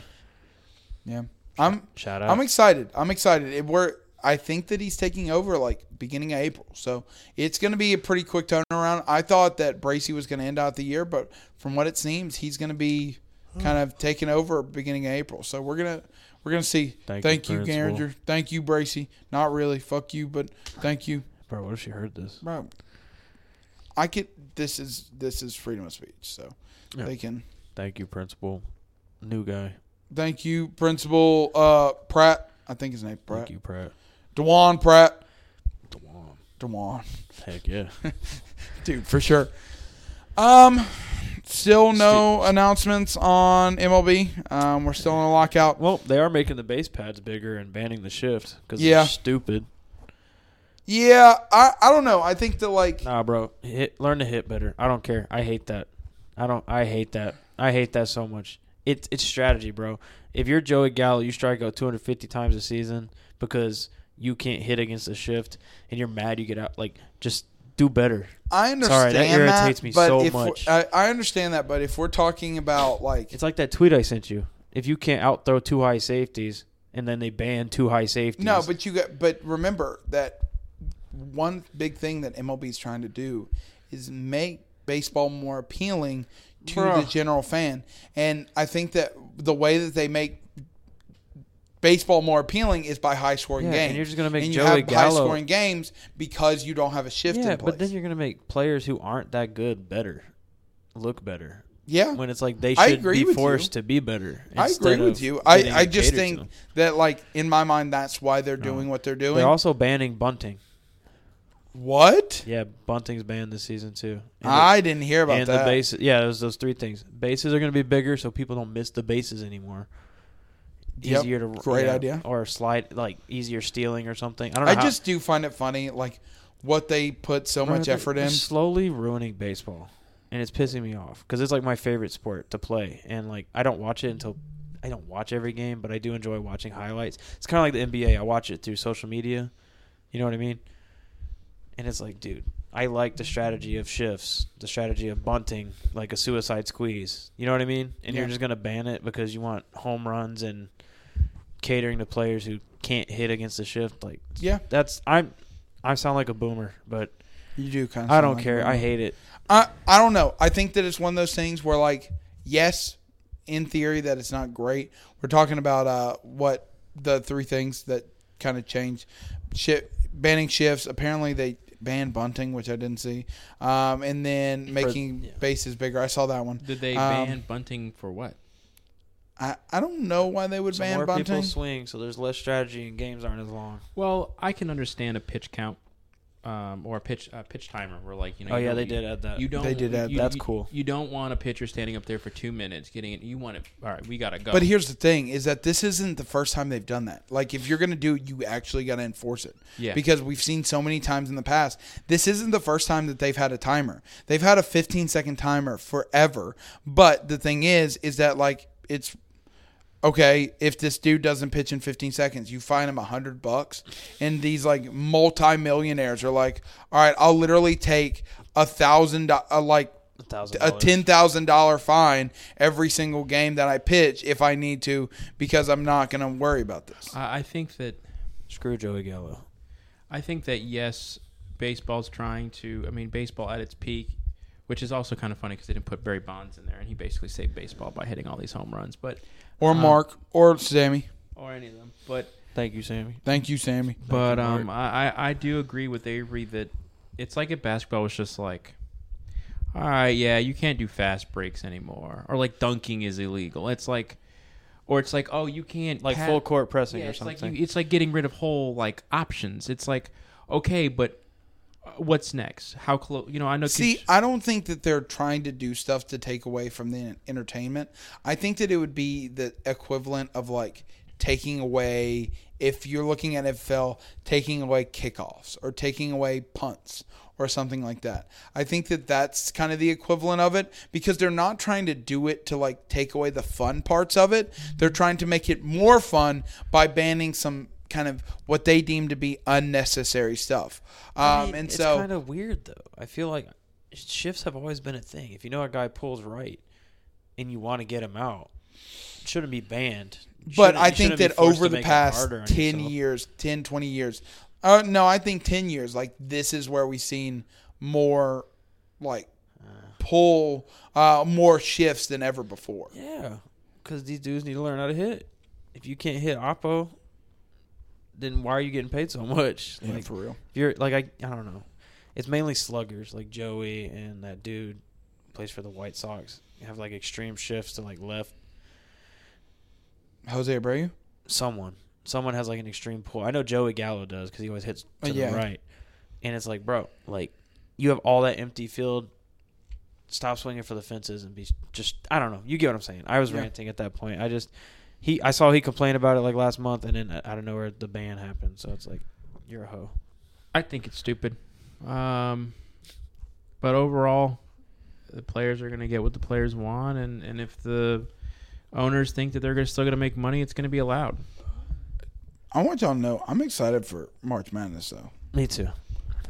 A: yeah. I'm
B: Shout out.
A: I'm excited. I'm excited. It, we're I think that he's taking over like beginning of April, so it's going to be a pretty quick turnaround. I thought that Bracy was going to end out the year, but from what it seems, he's going to be kind of taking over beginning of April. So we're gonna we're gonna see.
B: Thank
A: Thank,
B: you,
A: you,
B: Principal.
A: Garinger. Thank you, Bracy. Not really. Fuck you, but thank you.
B: Bro, what if she heard this?
A: bro. I could. This is this is freedom of speech, so
B: Yeah.
A: they can.
B: Thank you, principal. New guy.
A: Thank you, Principal uh, Pratt. I think his name Pratt.
B: Thank you, Pratt.
A: Dewan Pratt.
B: Dewan.
A: Dewan,
B: Heck yeah.
A: dude, for sure. Um, still no announcements on MLB. Um, we're still in a lockout.
B: well, they are making the base pads bigger and banning the shift because
A: Yeah.
B: they're stupid.
A: Yeah, I I don't know. I think that like
B: Nah, bro. Hit, learn to hit better. I don't care. I hate that. I don't. I hate that. I hate that so much. It's it's strategy, bro. If you're Joey Gallo, you strike out 250 times a season because you can't hit against the shift, and you're mad you get out. Like, just do better.
A: I understand
B: Sorry, that irritates me
A: but
B: so
A: if we're-
B: much.
A: I, I understand that, but if we're talking about like
B: It's like that tweet I sent you. If you can't out throw two high safeties, and then they ban two high safeties.
A: No, but you got. But remember that one big thing that MLB is trying to do is make baseball more appealing to the general fan, and I think that the way that they make baseball more appealing is by high scoring
B: Yeah, and
A: games.
B: you're just gonna make
A: and
B: Joey
A: you have high
B: Gallo-
A: scoring games because you don't have a shift
B: yeah,
A: in place.
B: but then you're gonna make players who aren't that good better, look better.
A: yeah,
B: When it's like they
A: I
B: should
A: agree
B: be
A: with
B: forced to be better.
A: I agree
B: instead
A: with
B: of
A: you. I,
B: getting
A: I just
B: catered to
A: think
B: them.
A: that like in my mind that's why they're doing what they're doing.
B: they're also banning bunting.
A: what?
B: Yeah, bunting's banned this season too. And
A: I didn't hear
B: the,
A: about
B: and
A: that.
B: the bases. Yeah, it was those three things. Bases are gonna be bigger, so people don't miss the bases anymore.
A: Yep,
B: Easier to
A: great
B: yeah,
A: idea.
B: or slide like easier stealing or something. I don't know.
A: I
B: how-
A: just do find it funny, like what they put so
B: Bro,
A: much
B: they're-
A: effort
B: they're
A: in.
B: Slowly ruining baseball, and it's pissing me off because it's like my favorite sport to play, and like I don't watch it until I don't watch every game, but I do enjoy watching highlights. It's kind of like the NBA. I watch it through social media. You know what I mean? And it's like, dude, I like the strategy of shifts, the strategy of bunting, like a suicide squeeze. You know what I mean? And you're
A: Yeah.
B: just gonna ban it because you want home runs and catering to players who can't hit against the shift. Like,
A: Yeah,
B: that's I'm. I sound like a boomer, but
A: you do kind of.
B: I don't care. I hate it.
A: I I don't know. I think that it's one of those things where, like, yes, in theory, that it's not great. We're talking about uh, what the three things that kind of changed. Shit, banning shifts. Apparently, they banned bunting, which I didn't see, um, and then making
B: yeah.
A: bases bigger. I saw that one.
C: Did they
A: Um,
C: ban bunting for what?
A: I I don't know why they would
B: So
A: ban
B: more people
A: bunting.
B: swing, so there's less strategy and games aren't as long.
C: Well, I can understand a pitch count um, or a pitch a pitch timer where like you know
B: Oh
C: you
B: yeah,
C: don't-
B: they
C: you-
B: did add that.
C: You don't.
A: They did add
C: you-
B: that. That's
C: you-
B: cool.
C: You don't want a pitcher standing up there for two minutes getting it. You want it. All right, we gotta go.
A: But here's the thing: is that this isn't the first time they've done that. Like, if you're gonna do it, you actually gotta enforce it.
C: Yeah.
A: Because we've seen so many times in the past. This isn't the first time that they've had a timer. They've had a 15 second timer forever. But the thing is, is that like it's okay, if this dude doesn't pitch in 15 seconds, you fine him a 100 bucks. And these like multi-millionaires are like, all right, I'll literally take a thousand, uh, like
B: A thousand.
A: a
B: dollars.
A: ten thousand dollar fine every single game that I pitch if I need to because I'm not going to worry about this.
C: I, I think that
B: Screw Joey Gallo.
C: I think that yes, baseball's trying to. I mean, baseball at its peak, which is also kind of funny because they didn't put Barry Bonds in there, and he basically saved baseball by hitting all these home runs. But
A: Or
C: Um,
A: Mark or Sammy.
C: or any of them. But
B: Thank you, Sammy.
A: Thank you, Sammy.
C: but
B: you,
C: um, I, I I do agree with Avery that it's like if basketball was just like, all right, yeah, you can't do fast breaks anymore, or like dunking is illegal. It's like, or it's like, oh, you can't
B: like
C: pa-
B: full court pressing
C: yeah,
B: or
C: it's
B: something.
C: like you, it's like getting rid of whole like options. It's like, okay, but uh, what's next? How close? You know, I know.
A: See,
C: kids-
A: I don't think that they're trying to do stuff to take away from the entertainment. I think that it would be the equivalent of like taking away, if you're looking at NFL, taking away kickoffs or taking away punts or something like that. I think that that's kind of the equivalent of it because they're not trying to do it to like take away the fun parts of it. They're trying to make it more fun by banning some kind of what they deem to be unnecessary stuff. Um,
B: I mean,
A: and
B: it's
A: so
B: kind of weird though. I feel like shifts have always been a thing. If you know a guy pulls right, and you want to get him out, it shouldn't be banned. You
A: but
B: shouldn't-
A: I
B: you
A: think
B: shouldn't be
A: that
B: forced
A: over
B: to
A: the
B: make it
A: past
B: harder on
A: 10
B: yourself.
A: years 10 20 years uh, no i think 10 years like this is where we've seen more like pull uh, more shifts than ever before
B: Yeah, because these dudes need to learn how to hit. If you can't hit oppo, then why are you getting paid so much? Like,
A: for real
B: if you're like I, I don't know. It's mainly sluggers like Joey and that dude who plays for the White Sox. Have like extreme shifts to like left.
A: jose abreu
B: Someone, someone has like an extreme pull. I know Joey Gallo does because he always hits
A: Oh,
B: to
A: yeah.
B: the right. And it's like, bro, like you have all that empty field. Stop swinging for the fences and be just. I don't know. You get what I'm saying. I was
A: Yeah.
B: ranting at that point. I just he. I saw he complained about it like last month, and then I don't know where the ban happened. So it's like, you're a hoe.
C: I think it's stupid. Um, but overall, the players are going to get what the players want, and, and if the owners think that they're gonna, still going to make money, it's going to be allowed.
A: i want y'all to know i'm excited for march madness though
B: Me too.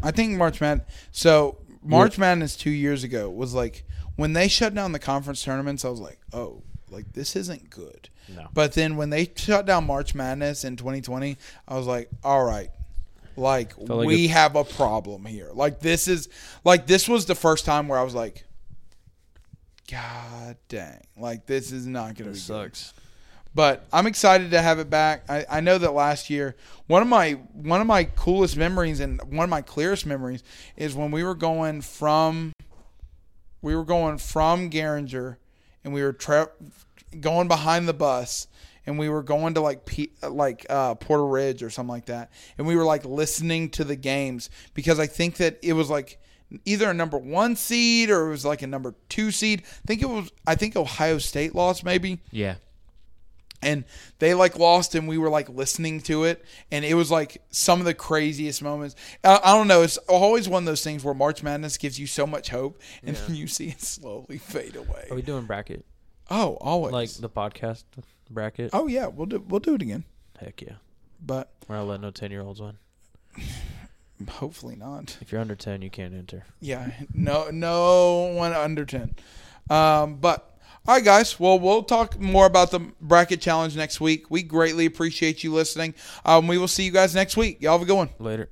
A: I think March Mad. So March Madness two years ago was like when they shut down the conference tournaments. I was like, oh, like this isn't good.
C: No.
A: But then when they shut down March Madness in 2020, I was like, all right, like,
B: like
A: we
B: it-
A: have a problem here. Like this is like this was the first time where I was like, god dang, like this is not gonna be good but I'm excited to have it back. I, I know that last year, one of my one of my coolest memories and one of my clearest memories is when we were going from we were going from Garinger and we were tra- going behind the bus and we were going to like P- like uh, Porter Ridge or something like that and we were like listening to the games because I think that it was like either a number 1 seed or it was like a number 2 seed. I think it was I think Ohio State lost maybe
C: Yeah.
A: and they like lost and we were like listening to it and it was like some of the craziest moments i, I don't know it's always one of those things where march madness gives you so much hope and then you see it slowly fade away
F: Are we doing bracket?
A: oh always
F: Like the podcast bracket?
A: oh yeah we'll do we'll do it again
F: Heck yeah.
A: but
F: We're not letting no 10 year olds win.
A: hopefully not
F: If you're under 10, you can't enter.
A: yeah no no one under 10 um but all right, guys. Well, we'll talk more about the bracket challenge next week. We greatly appreciate you listening. Um, we will see you guys next week. Y'all have a good one.
F: Later.